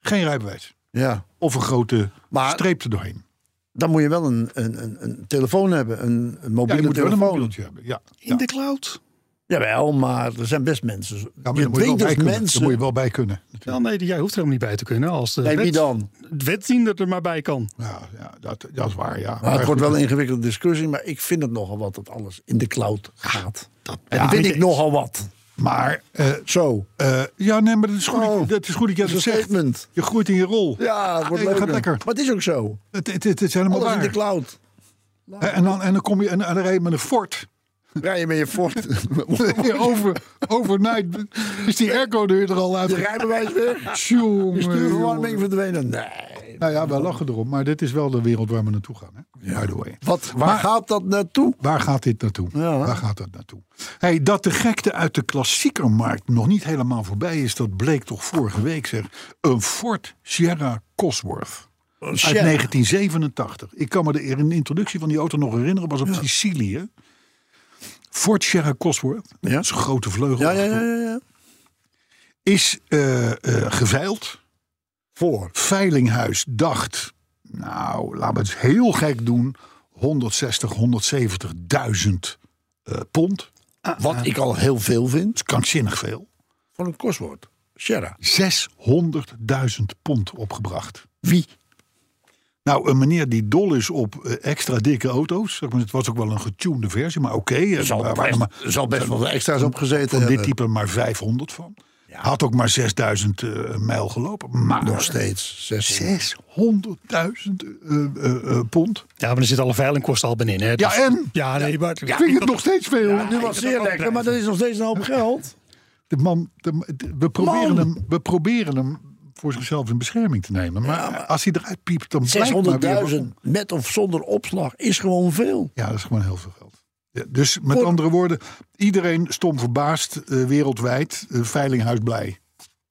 C: Geen rijbewijs.
D: Ja.
C: Of een grote
D: Maar-
C: streep erdoorheen.
D: Dan moet je wel een, een, een, een telefoon hebben. Een, een
C: Ja, je
D: mobiele
C: moet wel een
D: telefoon.
C: mobieltje hebben. Ja.
E: In de cloud?
D: Jawel, maar er zijn best mensen.
C: Ja, maar
D: je
C: daar moet je, wel
D: dwingt
C: bij
D: dus
C: kunnen. Daar moet je
D: mensen.
C: wel bij kunnen.
E: Ja, nee, jij hoeft er helemaal niet bij te kunnen. Als de
D: Nee, wie
E: wet-
D: dan?
E: De wetziende er maar bij kan.
C: Ja, ja dat, dat is waar. Ja.
D: Maar
C: Maar
D: het wordt
C: goed,
D: wel een ingewikkelde discussie. Maar ik vind het nogal wat dat alles in de cloud gaat. Dat
C: ja,
D: vind
C: niet
D: ik nogal wat.
C: maar eh,
D: Zo.
C: eh, ja, nee, maar dat is goed.
D: Oh,
C: dat is goed dat jij
D: Dat
C: dat
D: is een
C: zegt.
D: statement.
C: Je groeit in je rol. Ah,
D: Ja, het wordt
C: Nee,
D: leuker.
C: gaat lekker.
D: Ah, Maar het is ook zo.
C: Het, het, het is helemaal
D: Alles in
C: waar.
D: de cloud.
C: Hè, En dan, en dan kom je en, en dan rij je met een Ford.
D: Rij je met je fort.
C: Over, overnight is die airco er al uit.
D: je rijbewijs weg.
C: Tjonge,
D: Je
C: jonge.
D: stuurverwarming verdwenen. Nee.
C: Nou ja, wij lachen erom. Maar dit is wel de wereld waar we naartoe gaan. Hè? By the way.
D: Wat, waar
C: Maar-
D: gaat dat naartoe?
C: Waar gaat dit naartoe? Waar gaat dat naartoe? Hey, dat de gekte uit de klassiekermarkt nog niet helemaal voorbij is... dat bleek toch vorige week, zeg. Een Ford Sierra Cosworth. Uit
D: Sierra.
C: 1987. Ik kan me de een introductie van die auto nog herinneren. was op Sicilië. Ford Sierra Cosworth.
D: Ja.
C: Dat is een grote vleugel.
D: Ja, ja, ja, ja, ja.
C: Is eh, eh, geveild.
D: Voor.
C: Veilinghuis dacht, nou, laten we het heel gek doen, 160, 170.000 eh, pond.
D: Wat ik al heel veel vind.
C: Krankzinnig veel.
D: Voor een kostwoord. Sierra.
C: 600.000 pond opgebracht. Wie? Nou, een meneer die dol is op eh, extra dikke auto's. Zeg maar, Het was ook wel een getunede versie, maar oké. eh,
D: zal
C: waar-
D: best-
C: waar- maar-
D: Er zal best wel wat extra's op gezeten
C: van dit
D: hebben.
C: type maar 500 van. Had ook maar 6000 eh, mijl gelopen. Maar
D: Nog steeds. 600.
C: 600.000 eh, eh, eh, pond.
E: Ja, maar er zit alle veilingkosten al binnen. Hè?
C: Ja, en?
E: Ja, nee, maar...
C: Ik vind het nog steeds veel.
D: Nu was zeer lekker, maar dat is nog steeds een hoop geld.
C: De man, de- de- we, proberen hem, we proberen hem voor zichzelf in bescherming te nemen. Maar, als hij eruit piept, dan blijkt maar weer waarom.
D: 600.000 met of zonder opslag is gewoon veel.
C: Ja, dat is gewoon heel veel geld. Ja, dus met
D: Voor-
C: andere woorden, iedereen stom verbaasd, eh, wereldwijd, eh, veilinghuis blij.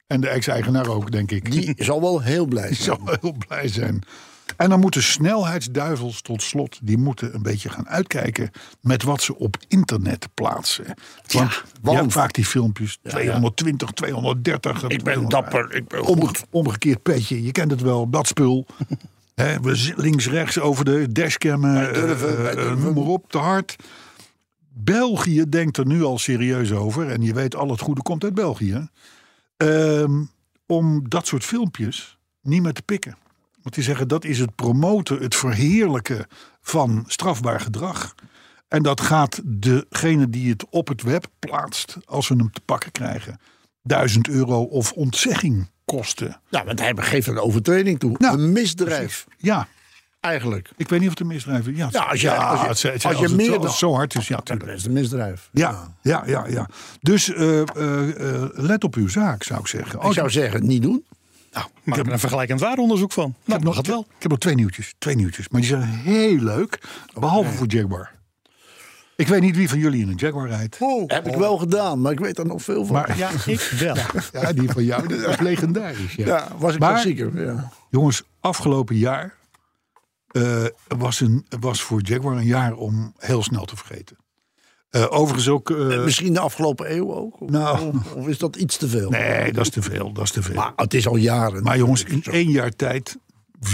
C: En de ex-eigenaar ook, denk ik.
D: Die zal wel heel blij zijn.
C: zou wel heel blij zijn. En dan moeten snelheidsduivels tot slot, die moeten een beetje gaan uitkijken met wat ze op internet plaatsen. Want, want vaak die filmpjes 220, 230.
D: Ik ben dapper, ik ben
C: Omge-
D: goed.
C: omgekeerd petje, je kent het wel, dat spul. Hè, we zi- links, rechts over de dashcam, eh,
D: durven, wij
C: eh,
D: durven.
C: noem maar op, te hard. België denkt er nu al serieus over. En je weet, al het goede komt uit België. Ehm, om dat soort filmpjes niet meer te pikken. Want die zeggen, dat is het promoten, het verheerlijken van strafbaar gedrag. En dat gaat degene die het op het web plaatst, als we hem te pakken krijgen, 1000 euro of ontzegging kosten.
D: Ja, want hij geeft een overtreding toe.
C: Nou,
D: een misdrijf,
C: Ja,
D: eigenlijk.
C: ik weet niet of het een misdrijf is. Ja,
D: Ja, als je- als je-
C: het- het-
D: als je
C: het
D: meer
C: zo,
D: dan-
C: als het zo hard is, ja,
D: Dat
C: tuurlijk.
D: is een misdrijf.
C: Ja, ja, ja, ja. Dus eh, eh, eh, let op uw zaak, zou ik zeggen.
D: Ik zou zeggen, niet doen.
E: Maak er een vergelijkend waaronderzoek van.
C: Ik
E: Nou,
C: heb, nog,
E: mag het wel.
C: ik heb nog twee nieuwtjes. Twee nieuwtjes. Maar die zijn heel leuk. Behalve voor Jaguar. Ik weet niet wie van jullie in een Jaguar rijdt.
D: Heb ik wel gedaan, Oh. maar ik weet daar nog veel van.
C: Maar
E: Ja, ik wel.
C: ja, die van jou. Dat is legendarisch. Ja.
D: ja, was ik
C: Maar-
D: klassieker. Ja.
C: Jongens, afgelopen jaar eh, was, een, was voor Jaguar een jaar om heel snel te vergeten. Eh, overigens ook... eh,
D: Misschien de afgelopen eeuw ook? Of,
C: Nou.
D: of- of is dat iets te veel?
C: nee, dat is te veel. Dat is te veel.
D: Maar het is al jaren.
C: Maar jongens, in één jaar tijd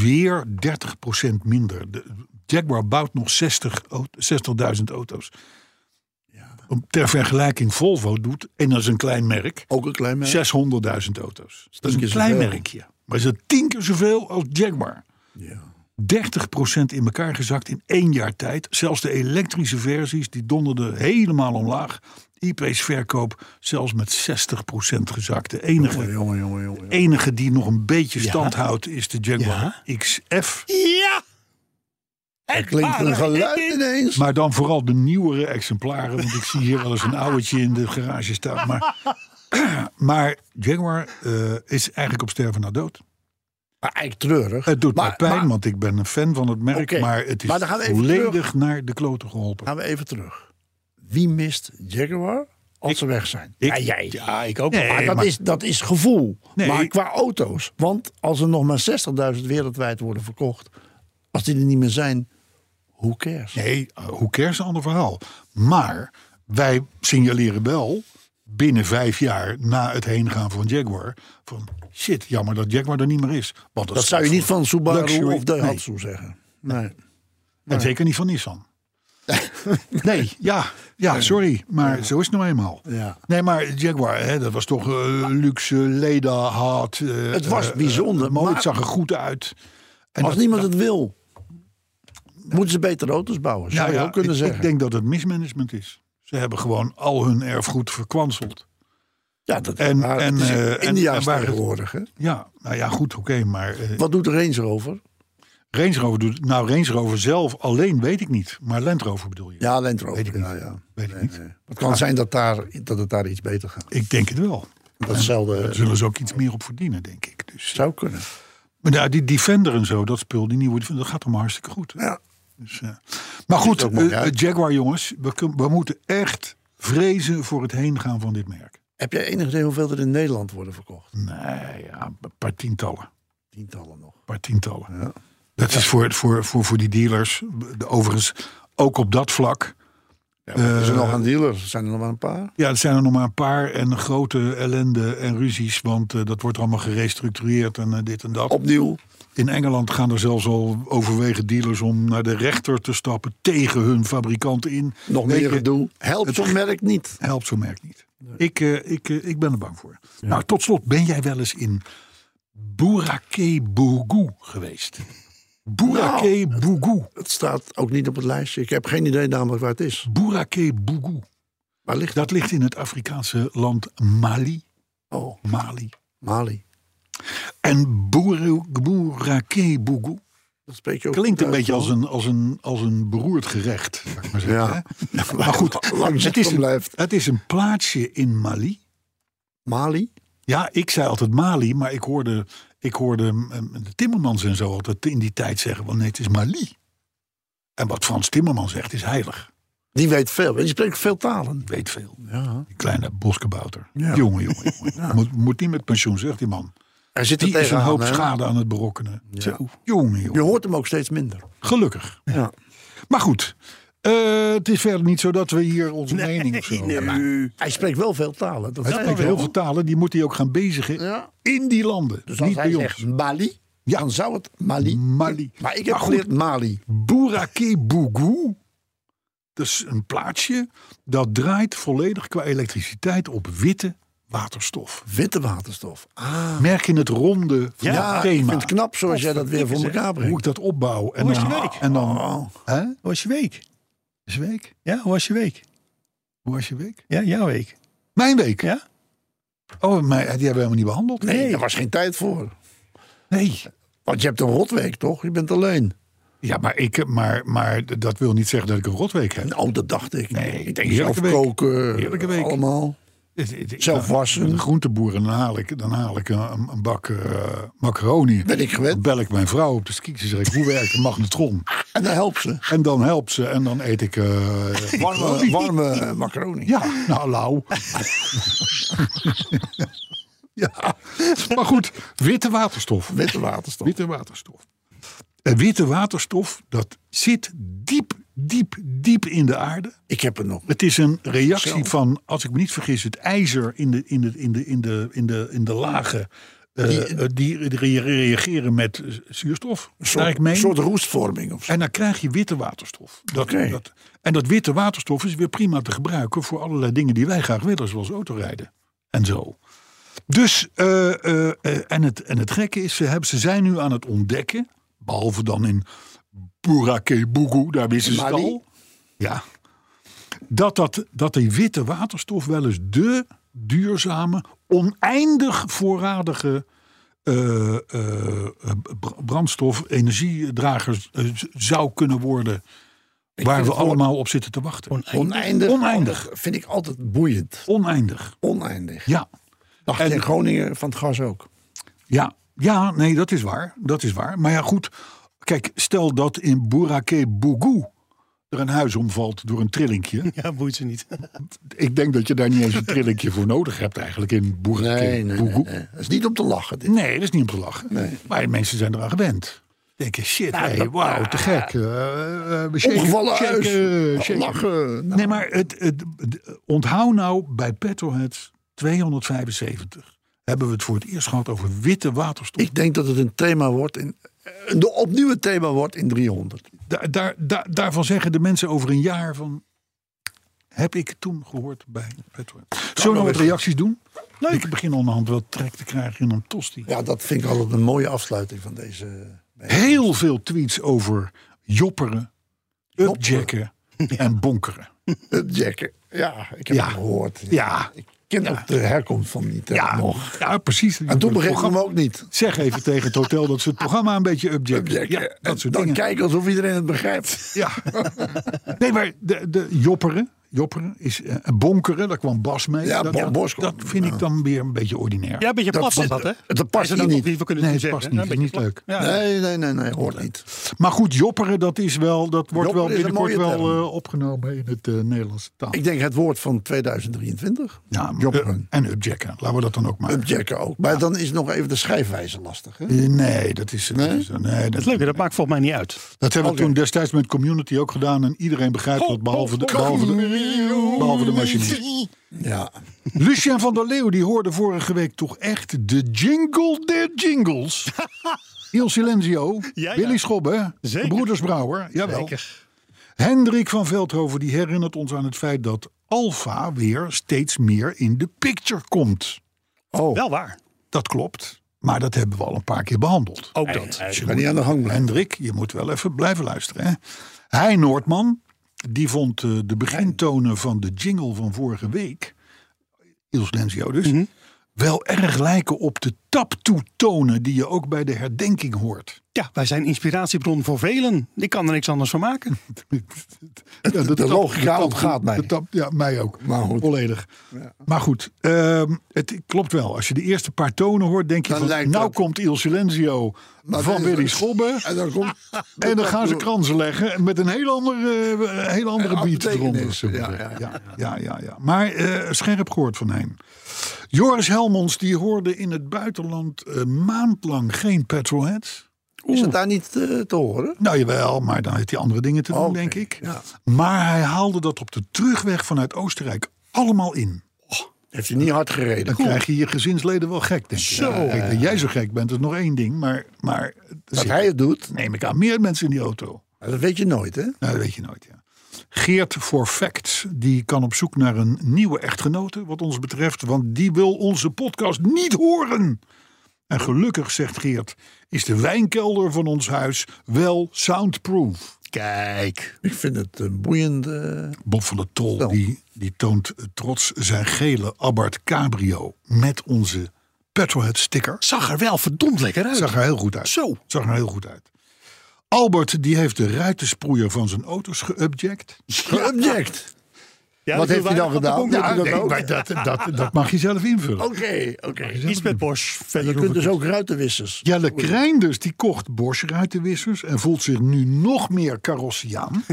C: weer 30% minder. De Jaguar bouwt nog 60 au- 60.000 auto's. Om- Ter vergelijking, Volvo doet, en dat is een klein merk,
D: ook een klein merk.
C: 600.000 auto's. Dat is
D: keer
C: een klein
D: zoveel.
C: merkje. Maar is het tien keer zoveel als Jaguar.
D: Ja.
C: 30% in elkaar gezakt in één jaar tijd. Zelfs de elektrische versies, die donderden helemaal omlaag. IP's verkoop zelfs met 60% gezakt. De enige
D: Jongen, jongen, jongen.
C: enige die nog een beetje stand houdt is de Jaguar XF.
E: Ja!
D: Er klinkt een geluid ineens.
C: Maar dan vooral de nieuwere exemplaren. Want ik zie hier wel eens een ouwtje in de garage staan. Maar, maar Jaguar eh, is eigenlijk op sterven na dood.
D: Maar eigenlijk treurig.
C: Het doet
D: maar,
C: me pijn,
D: maar-
C: want ik ben een fan van het merk.
D: Oké,
C: Maar het is
D: maar dan gaan we even
C: volledig
D: terug.
C: naar de kloten geholpen.
D: Gaan we even terug. Wie mist Jaguar als ze weg zijn?
C: ik-
D: ja, jij.
E: Ja, ik ook.
C: Nee,
D: maar, dat,
C: maar-
D: Is, dat is gevoel.
C: Nee,
D: maar
C: ik-
D: qua auto's. Want als er nog maar 60.000 wereldwijd worden verkocht. Als die er niet meer zijn. Hoe cares?
C: Nee, eh, hoe kerst een ander verhaal. Maar wij signaleren wel binnen vijf jaar na het heengaan van Jaguar. Van shit, jammer dat Jaguar er niet meer is. Want
D: dat zou je niet van Subaru
C: Luxury,
D: of Daihatsu
C: nee.
D: zeggen. Nee.
C: En zeker niet van Nissan. nee, ja, ja, sorry. Maar zo is het nou eenmaal.
D: Ja.
C: Nee, maar Jaguar, hè, dat was toch eh, luxe, leda, hard. eh,
D: Het was
C: eh,
D: bijzonder,
C: eh, mooi,
D: maar-
C: het zag er goed uit. En
D: Als
C: dat-
D: niemand het wil. Moeten ze betere auto's bouwen? Zou
C: Nou
D: je
C: ja,
D: ook kunnen
C: ik,
D: zeggen.
C: ik denk dat het mismanagement is. Ze hebben gewoon al hun erfgoed verkwanseld.
D: ja, dat
C: en-
D: maar het is
C: en,
D: in
C: eh, en-
D: India
C: en
D: is
C: waar-
D: tegenwoordig. Hè?
C: Ja, nou ja, goed, oké, maar eh,
D: Wat doet Range Rover?
C: Range Rover doet... Nou, Range Rover zelf alleen weet ik niet. Maar Land Rover bedoel je?
D: Ja, Land Rover.
C: Weet ik niet.
D: ja, ja.
C: Weet ik niet.
D: Het kan zijn dat, daar, dat het daar iets beter gaat.
C: Ik denk het wel.
D: Datzelfde
C: Daar zullen ze ook iets meer op verdienen, denk ik. Dus.
D: Eh, zou kunnen.
C: Maar nou, die Defender en zo, dat spul, die nieuwe... Dat gaat allemaal hartstikke goed. hè?
D: Ja.
C: Dus, eh, maar goed,
D: ook mooi
C: eh,
D: uit.
C: Jaguar jongens. We, kun- we moeten echt vrezen voor het heengaan van dit merk.
D: Heb jij enig idee hoeveel er in Nederland worden verkocht?
C: Nee, ja, een paar tientallen.
D: Tientallen nog.
C: paar tientallen. Dat is voor, voor, voor, voor die dealers. De, overigens, ook op dat vlak...
D: Ja, maar er zijn
C: Eh,
D: nog aan dealers. Zijn er nog maar een paar?
C: Ja, het zijn er nog maar een paar en grote ellende en ruzies. Want eh, dat wordt allemaal gerestructureerd en eh, dit en dat.
D: Opnieuw.
C: In Engeland gaan er zelfs al overwegen dealers om naar de rechter te stappen tegen hun fabrikanten in.
D: Nog
C: Weet
D: meer
C: je,
D: gedoe. Helpt
C: het-
D: zo'n merk niet.
C: Helpt zo'n merk niet. Ik, eh, ik, eh, ik ben er bang voor. Nou, tot slot, ben jij wel eens in Bouraké Bougou geweest? Bouraké
D: Nou.
C: Bougou.
D: Het staat ook niet op het lijstje. Ik heb geen idee namelijk waar het is.
C: Bouraké Bougou.
D: Waar ligt dat?
C: Dat ligt in het Afrikaanse land Mali.
D: Oh,
C: Mali.
D: Mali.
C: En Boeru- Boeraké Bougou
D: Dat spreek je ook
C: klinkt een
D: uit,
C: beetje
D: man.
C: als een, als een, als een beroerd gerecht. zou ik Maar, zeggen,
D: Ja.
C: hè? maar goed,
D: Lang
C: het is,
D: zitten
C: een,
D: blijft.
C: het is een plaatsje in Mali.
D: Mali?
C: Ja, ik zei altijd Mali, maar ik hoorde, ik hoorde mm, de Timmermans en zo altijd in die tijd zeggen: van nee, het is Mali. En wat Frans Timmermans zegt is heilig.
D: Die weet veel. Die spreekt veel talen.
C: Weet veel.
D: Ja.
C: Die kleine boskabouter.
D: Ja.
C: Jongen, jongen, jongen. Moet, moet niet met pensioen, zegt die man.
D: Er zit er
C: Die is een
D: tegenaan,
C: hoop
D: hè?
C: schade aan het berokkenen. Zo, Jongen, jongen.
D: Je hoort hem ook steeds minder.
C: Gelukkig.
D: Ja.
C: Maar goed, eh, het is verder niet zo dat we hier onze mening of zo...
D: Hij spreekt wel veel talen. Dat
C: Hij
D: is
C: spreekt
D: wel
C: heel
D: wel.
C: veel talen, die moet hij ook gaan bezigen
D: Ja.
C: in die landen.
D: Dus als
C: niet
D: hij
C: bij
D: zegt
C: ons.
D: Mali,
C: Ja.
D: dan zou het Mali.
C: Mali.
D: Maar ik heb
C: Maar goed.
D: geleerd Mali.
C: Bourake Bougou. Dat is een plaatsje dat draait volledig qua elektriciteit op witte waterstof.
D: Witte waterstof. Ah.
C: Merk je het ronde van
D: Ja,
C: het
D: ik
C: thema.
D: vind het knap zoals jij dat weer voor elkaar
C: Hoe
D: brengt.
C: ik dat opbouw. En
G: Hoe is
C: dan,
G: je week?
C: En dan,
D: Oh.
C: hè?
G: Hoe was je week?
C: Is week?
G: Ja, hoe was je week?
C: Hoe was je week?
G: Ja, jouw week.
C: Mijn week?
G: Ja?
C: Oh, mijn, die hebben we helemaal niet behandeld.
D: Nee, daar was geen tijd voor.
C: Nee.
D: Want je hebt een rotweek, toch? Je bent alleen.
C: Ja, maar, ik, maar, maar dat wil niet zeggen dat ik een rotweek heb.
D: Oh, dat dacht ik.
C: Nee,
D: ik denk
C: heerlijke
D: zelf
C: week.
D: koken.
C: Heerlijke week.
D: Allemaal.
C: Het- het- ik-
D: Zelf wassen.
C: De eh, groenteboeren, dan haal ik, dan haal ik een, een bak eh, macaroni.
D: Ben ik gewend.
C: Dan bel ik mijn vrouw op de ski. Ze zegt, hoe werkt de magnetron?
D: En dan helpt ze.
C: En dan helpt ze en dan eet ik... eh,
D: Warme, warme eh, macaroni.
C: ja, nou, lauw. ja, maar goed, witte waterstof.
D: Witte waterstof.
C: Witte waterstof. En witte waterstof, dat zit diep, diep, diep in de aarde.
D: Ik heb er nog.
C: Het is een reactie
D: Zo.
C: van, als ik me niet vergis, het ijzer in de, in de, in de, in de, in de, in de lagen. eh,
D: Die-
C: eh, die, re- reageren met eh, zuurstof,
D: Een
C: naar
D: soort,
C: ik meen.
D: een soort roestvorming of zo.
C: En dan krijg je witte waterstof. Dat,
D: Oké.
C: dat, en dat witte waterstof is weer prima te gebruiken voor allerlei dingen die wij graag willen, zoals autorijden en zo. Dus, eh, eh, eh, en, het, en het gekke is, ze, hebben, ze zijn nu aan het ontdekken, behalve dan in Burake Bougou, daar wisten ze het
D: Mali.
C: al. Ja. Dat, dat, dat die witte waterstof wel eens de duurzame, oneindig voorradige eh, eh, br- brandstof, energiedrager eh, z- zou kunnen worden. waar we
D: het woord-
C: allemaal op zitten te wachten.
D: Oneindig.
C: Oneindig.
D: Vind ik altijd boeiend.
C: Oneindig.
D: Oneindig.
C: Ja.
D: Dacht
C: En-
D: in Groningen van het gas ook.
C: Ja, ja, nee, dat is waar. Dat is waar. Maar ja, goed. Kijk, stel dat in Burake Bougou er een huis omvalt door een trillinkje.
E: Ja, boeit ze niet.
C: Ik denk dat je daar niet eens een trillinkje voor nodig hebt eigenlijk in Burake
D: Nee, nee, nee,
C: Bougou.
D: nee. Dat is niet om te lachen. Dit.
C: Nee, dat is niet om te lachen. Maar mensen zijn eraan gewend. Denken, shit, hey, wauw, te gek. eh eh, we shaken-
D: Ongevallen
C: shaken,
D: Nou, huis.
C: eh, shaken.
D: Lachen. Nou,
C: Nee, maar het, het, het- onthoud nou bij Petroheads 275 hebben we het voor het eerst gehad over witte waterstof.
D: Ik denk dat het een thema wordt. In, een opnieuw een thema wordt in 300.
C: Da- daar, daar, daarvan zeggen de mensen over een jaar van... heb ik toen gehoord bij Petroheads. Zullen we nog wat reacties doen? Leuk. Ik begin onderhand wel trek te krijgen in een tosti.
D: Ja, dat vind ik altijd een mooie afsluiting van deze.
C: heel veel tweets over jopperen, upjacken en bonkeren.
D: Jacker. eh, Ja, ik heb
C: Ja.
D: het gehoord.
C: Ja,
D: Ik ken ook de herkomst van die term
C: ja,
D: nog.
C: ja precies.
D: En toen begreep ik
C: Programma-
D: hem ook niet.
C: Zeg even tegen het hotel dat ze het programma een beetje upjacken.
D: Jacker.
C: Ja, dat soort
D: dan
C: dingen.
D: kijken alsof iedereen het begrijpt.
C: Ja. Nee, maar de, de jopperen, jopperen is eh, bonkeren, daar kwam Bas mee.
D: Ja,
C: dat,
D: Bo-
C: dat-
D: Bos kwam.
C: dat vind ik dan weer een beetje ordinair.
E: Ja, een beetje plat is
D: past-
E: dat, hè?
D: dat past
E: Is
D: hier
E: ook
D: niet.
E: We kunnen
C: nee,
E: het
C: het
E: niet
C: past
E: zeggen,
C: niet.
E: hè?
C: Vind
E: Een
C: ik niet
E: beetje
C: leuk.
E: plat. Ja.
D: Nee, nee, nee, nee, hoort niet.
C: Maar goed, jopperen, dat, is wel, dat wordt
D: Jopperen
C: wel
D: is een
C: binnenkort
D: mooie
C: wel
D: term.
C: eh, opgenomen in het eh, Nederlandse taal.
D: Ik denk het woord van 2023.
C: ja, maar-
D: jopperen.
C: En upjacken, laten we dat dan ook maken.
D: Upjacken ook. Maar dan is nog even de schrijfwijze lastig. Hè?
C: Eh, Nee, dat is... dat
D: Nee?
C: is- nee, dat,
E: Het leuke, dat maakt volgens mij niet uit.
C: Dat hebben we
D: Oké.
C: toen destijds met Community ook gedaan. En iedereen begrijpt dat, behalve de, behalve de, behalve de machinist.
D: Ja.
C: Lucien van der Leeuw die hoorde vorige week toch echt de jingle der jingles. Il Silenzio,
E: Ja, ja.
C: Willy Schobbe,
E: Zeker.
C: de Broeders Brouwer. Jawel. Hendrik van Veldhoven die herinnert ons aan het feit dat Alfa weer steeds meer in de picture komt.
E: Wel waar.
C: Dat klopt, maar dat hebben we al een paar keer behandeld.
E: Ook dat.
D: Ik ben niet aan de gang blijven.
C: Hendrik, je moet wel even blijven luisteren. Hè? Hij Noordman, die vond eh, de begintonen van de jingle van vorige week, Ils Lenzio dus,
D: Mhm.
C: wel erg lijken op de taptoe-tonen die je ook bij de herdenking hoort.
E: Ja, wij zijn inspiratiebron voor velen. Ik kan er niks anders van maken.
C: Ja, de, tap-
D: logica
C: tap-
D: ontgaat mij.
C: de tap- ja, mij ook.
D: Maar goed.
C: Volledig. Maar goed, ehm, het klopt wel. Als je de eerste paar tonen hoort, denk je
D: Dan
C: van,
D: lijkt
C: nou
D: het-
C: komt Il Silenzio van
D: dit is-
C: Willy Schobbe.
D: En dan komt.
C: En dan gaan ze kransen leggen met een heel andere, eh, heel andere
D: Een
C: beat eronder.
D: betekenis,
C: zullen we
D: ja,
C: zeggen. Ja, ja, ja, ja. Maar eh, scherp gehoord van hem. Joris Helmonds die hoorde in het buitenland eh, maandlang geen petrolheads.
D: Is het daar niet eh, te horen?
C: Nou jawel, maar dan heeft hij andere dingen te doen,
D: Oké,
C: denk ik.
D: ja.
C: Maar hij haalde dat op de terugweg vanuit Oostenrijk allemaal in.
D: Heeft hij niet hard gereden?
C: Dan krijg je je gezinsleden wel gek, denk ik.
D: Zo.
C: Kijk, dat jij zo gek bent, is nog één ding. Maar, maar er
D: Dat
C: zitten,
D: hij het doet,
C: neem ik aan, meer mensen in die auto.
D: dat weet je nooit, hè?
C: Nou, dat weet je nooit, ja. Geert voor Facts, die kan op zoek naar een nieuwe echtgenote, wat ons betreft. Want die wil onze podcast niet horen. En gelukkig, zegt Geert, is de wijnkelder van ons huis wel soundproof.
D: Kijk. Ik vind het een boeiende...
C: Bob van der Tol
D: Wel.
C: die, die toont trots zijn gele Abarth Cabrio met onze Petrolhead sticker.
E: Zag er wel verdomd lekker uit.
C: Zag er heel goed uit.
E: Zo.
C: Zag er heel goed uit. Albert die heeft de ruitensproeier van zijn auto's geobject.
D: Object. Wat heeft hij dan gedaan? Ja,
C: Ja,
D: dat
C: nee,
D: ook. Oh,
C: maar dat, dat, dat mag je zelf invullen.
D: Oké, oké.
H: Iets met Bosch. Verder
D: Je
H: hoef
D: kunt
H: ik
D: dus ook ruitenwissers.
C: Jelle Kreinders die kocht Bosch ruitenwissers en voelt zich nu nog meer carrossiaan.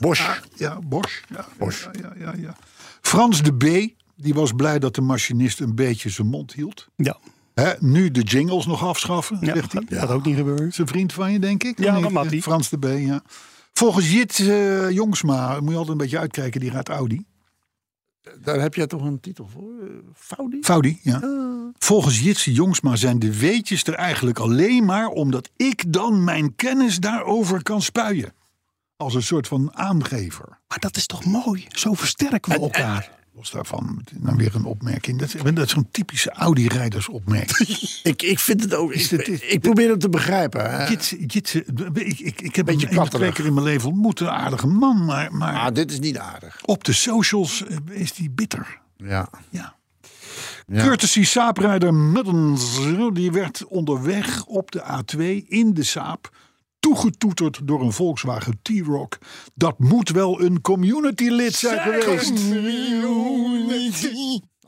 D: Bosch.
C: Ja, Bosch. Ja, Bosch. Ja, ja, ja, ja. Frans de B die was blij dat de machinist een beetje zijn mond hield.
E: Ja,
C: Hè, nu de jingles nog afschaffen,
E: ja
C: zegt
E: dat,
C: hij.
E: dat ook niet gebeurd.
C: Is een vriend van je, denk ik.
E: Ja,
C: Nee,
E: dat mag die.
C: Frans de B, ja. Volgens Jit eh, Jongsma, moet je altijd een beetje uitkijken, die raadt Audi.
D: eh, Daar heb jij toch een titel voor? eh, Faudi?
C: Foudi, ja.
E: Oh.
C: Volgens Jitse Jongsma zijn de weetjes er eigenlijk alleen maar omdat ik dan mijn kennis daarover kan spuien. Als een soort van aangever.
E: Maar dat is toch mooi? Zo versterken we elkaar.
C: Los daarvan, dan weer een opmerking. Dat, is- dat is zo'n typische Audi-rijdersopmerking.
D: Ik, ik vind het ook...
C: Is
D: Ik,
C: het- is-
D: ik probeer hem te begrijpen. hè.
C: Jitse, Jitse, ik, ik, ik heb
D: Beetje
C: hem één of twee
D: platterig.
C: keer in mijn leven ontmoet. Een aardige man, maar,
D: Ah,
C: maar
D: dit is niet aardig.
C: op de socials eh, is die bitter.
D: Ja.
C: Ja.
D: Ja.
C: Courtesy saaprijder Muddens, die werd onderweg op de A2 in de saap toegetoeterd door een Volkswagen T-Roc. Dat moet wel een community lid zijn geweest.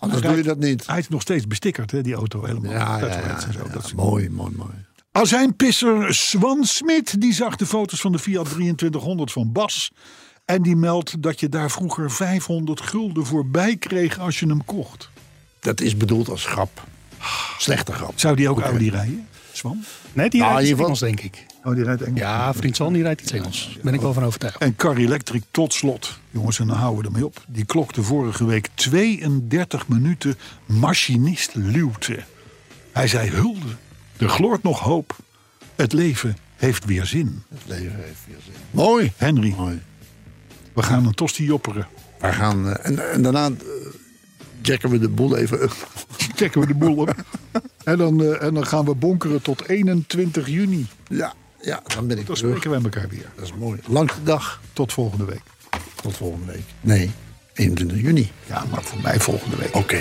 D: Anders Ah, doe je dat niet.
C: Hij is nog steeds bestikkerd, hè, die auto helemaal.
D: Ja, ja,
C: Dat
D: ja,
C: werd en zo,
D: ja.
C: dat is-
D: Mooi, mooi, mooi.
C: Azijnpisser Swan Smit die zag de foto's van de Fiat 2300 van Bas. En die meldt dat je daar vroeger 500 gulden voorbij kreeg als je hem kocht.
D: Dat is bedoeld als grap. Slechte grap.
C: Zou die ook Audi rijden, Swan?
E: Nee, die
D: Nou,
E: rijdt iets
D: in ieder
E: Engels, denk ik.
C: Oh, die rijdt Engels.
E: Ja, vriend San, die rijdt iets Engels. Ben ik wel van overtuigd.
C: En Car Electric tot slot. Jongens, en dan houden we ermee op. Die klokte vorige week 32 minuten machinist luwte. Hij zei hulde. Er gloort nog hoop. Het leven heeft weer zin.
D: Het leven heeft veel zin. Mooi.
C: Henry,
D: Mooi.
C: we gaan een tosti jopperen.
D: We gaan, eh, en, en daarna eh, jacken we de boel even up.
C: Checken we de boel op. en, dan, eh, en dan gaan we bonkeren tot 21 juni.
D: Ja, ja dan ben ik
C: Dan
D: terug.
C: spreken we elkaar weer.
D: Dat is mooi. Langste dag.
C: Tot volgende week.
D: Tot volgende week. Nee, 21 juni.
C: Ja, maar voor mij volgende week.
D: Oké.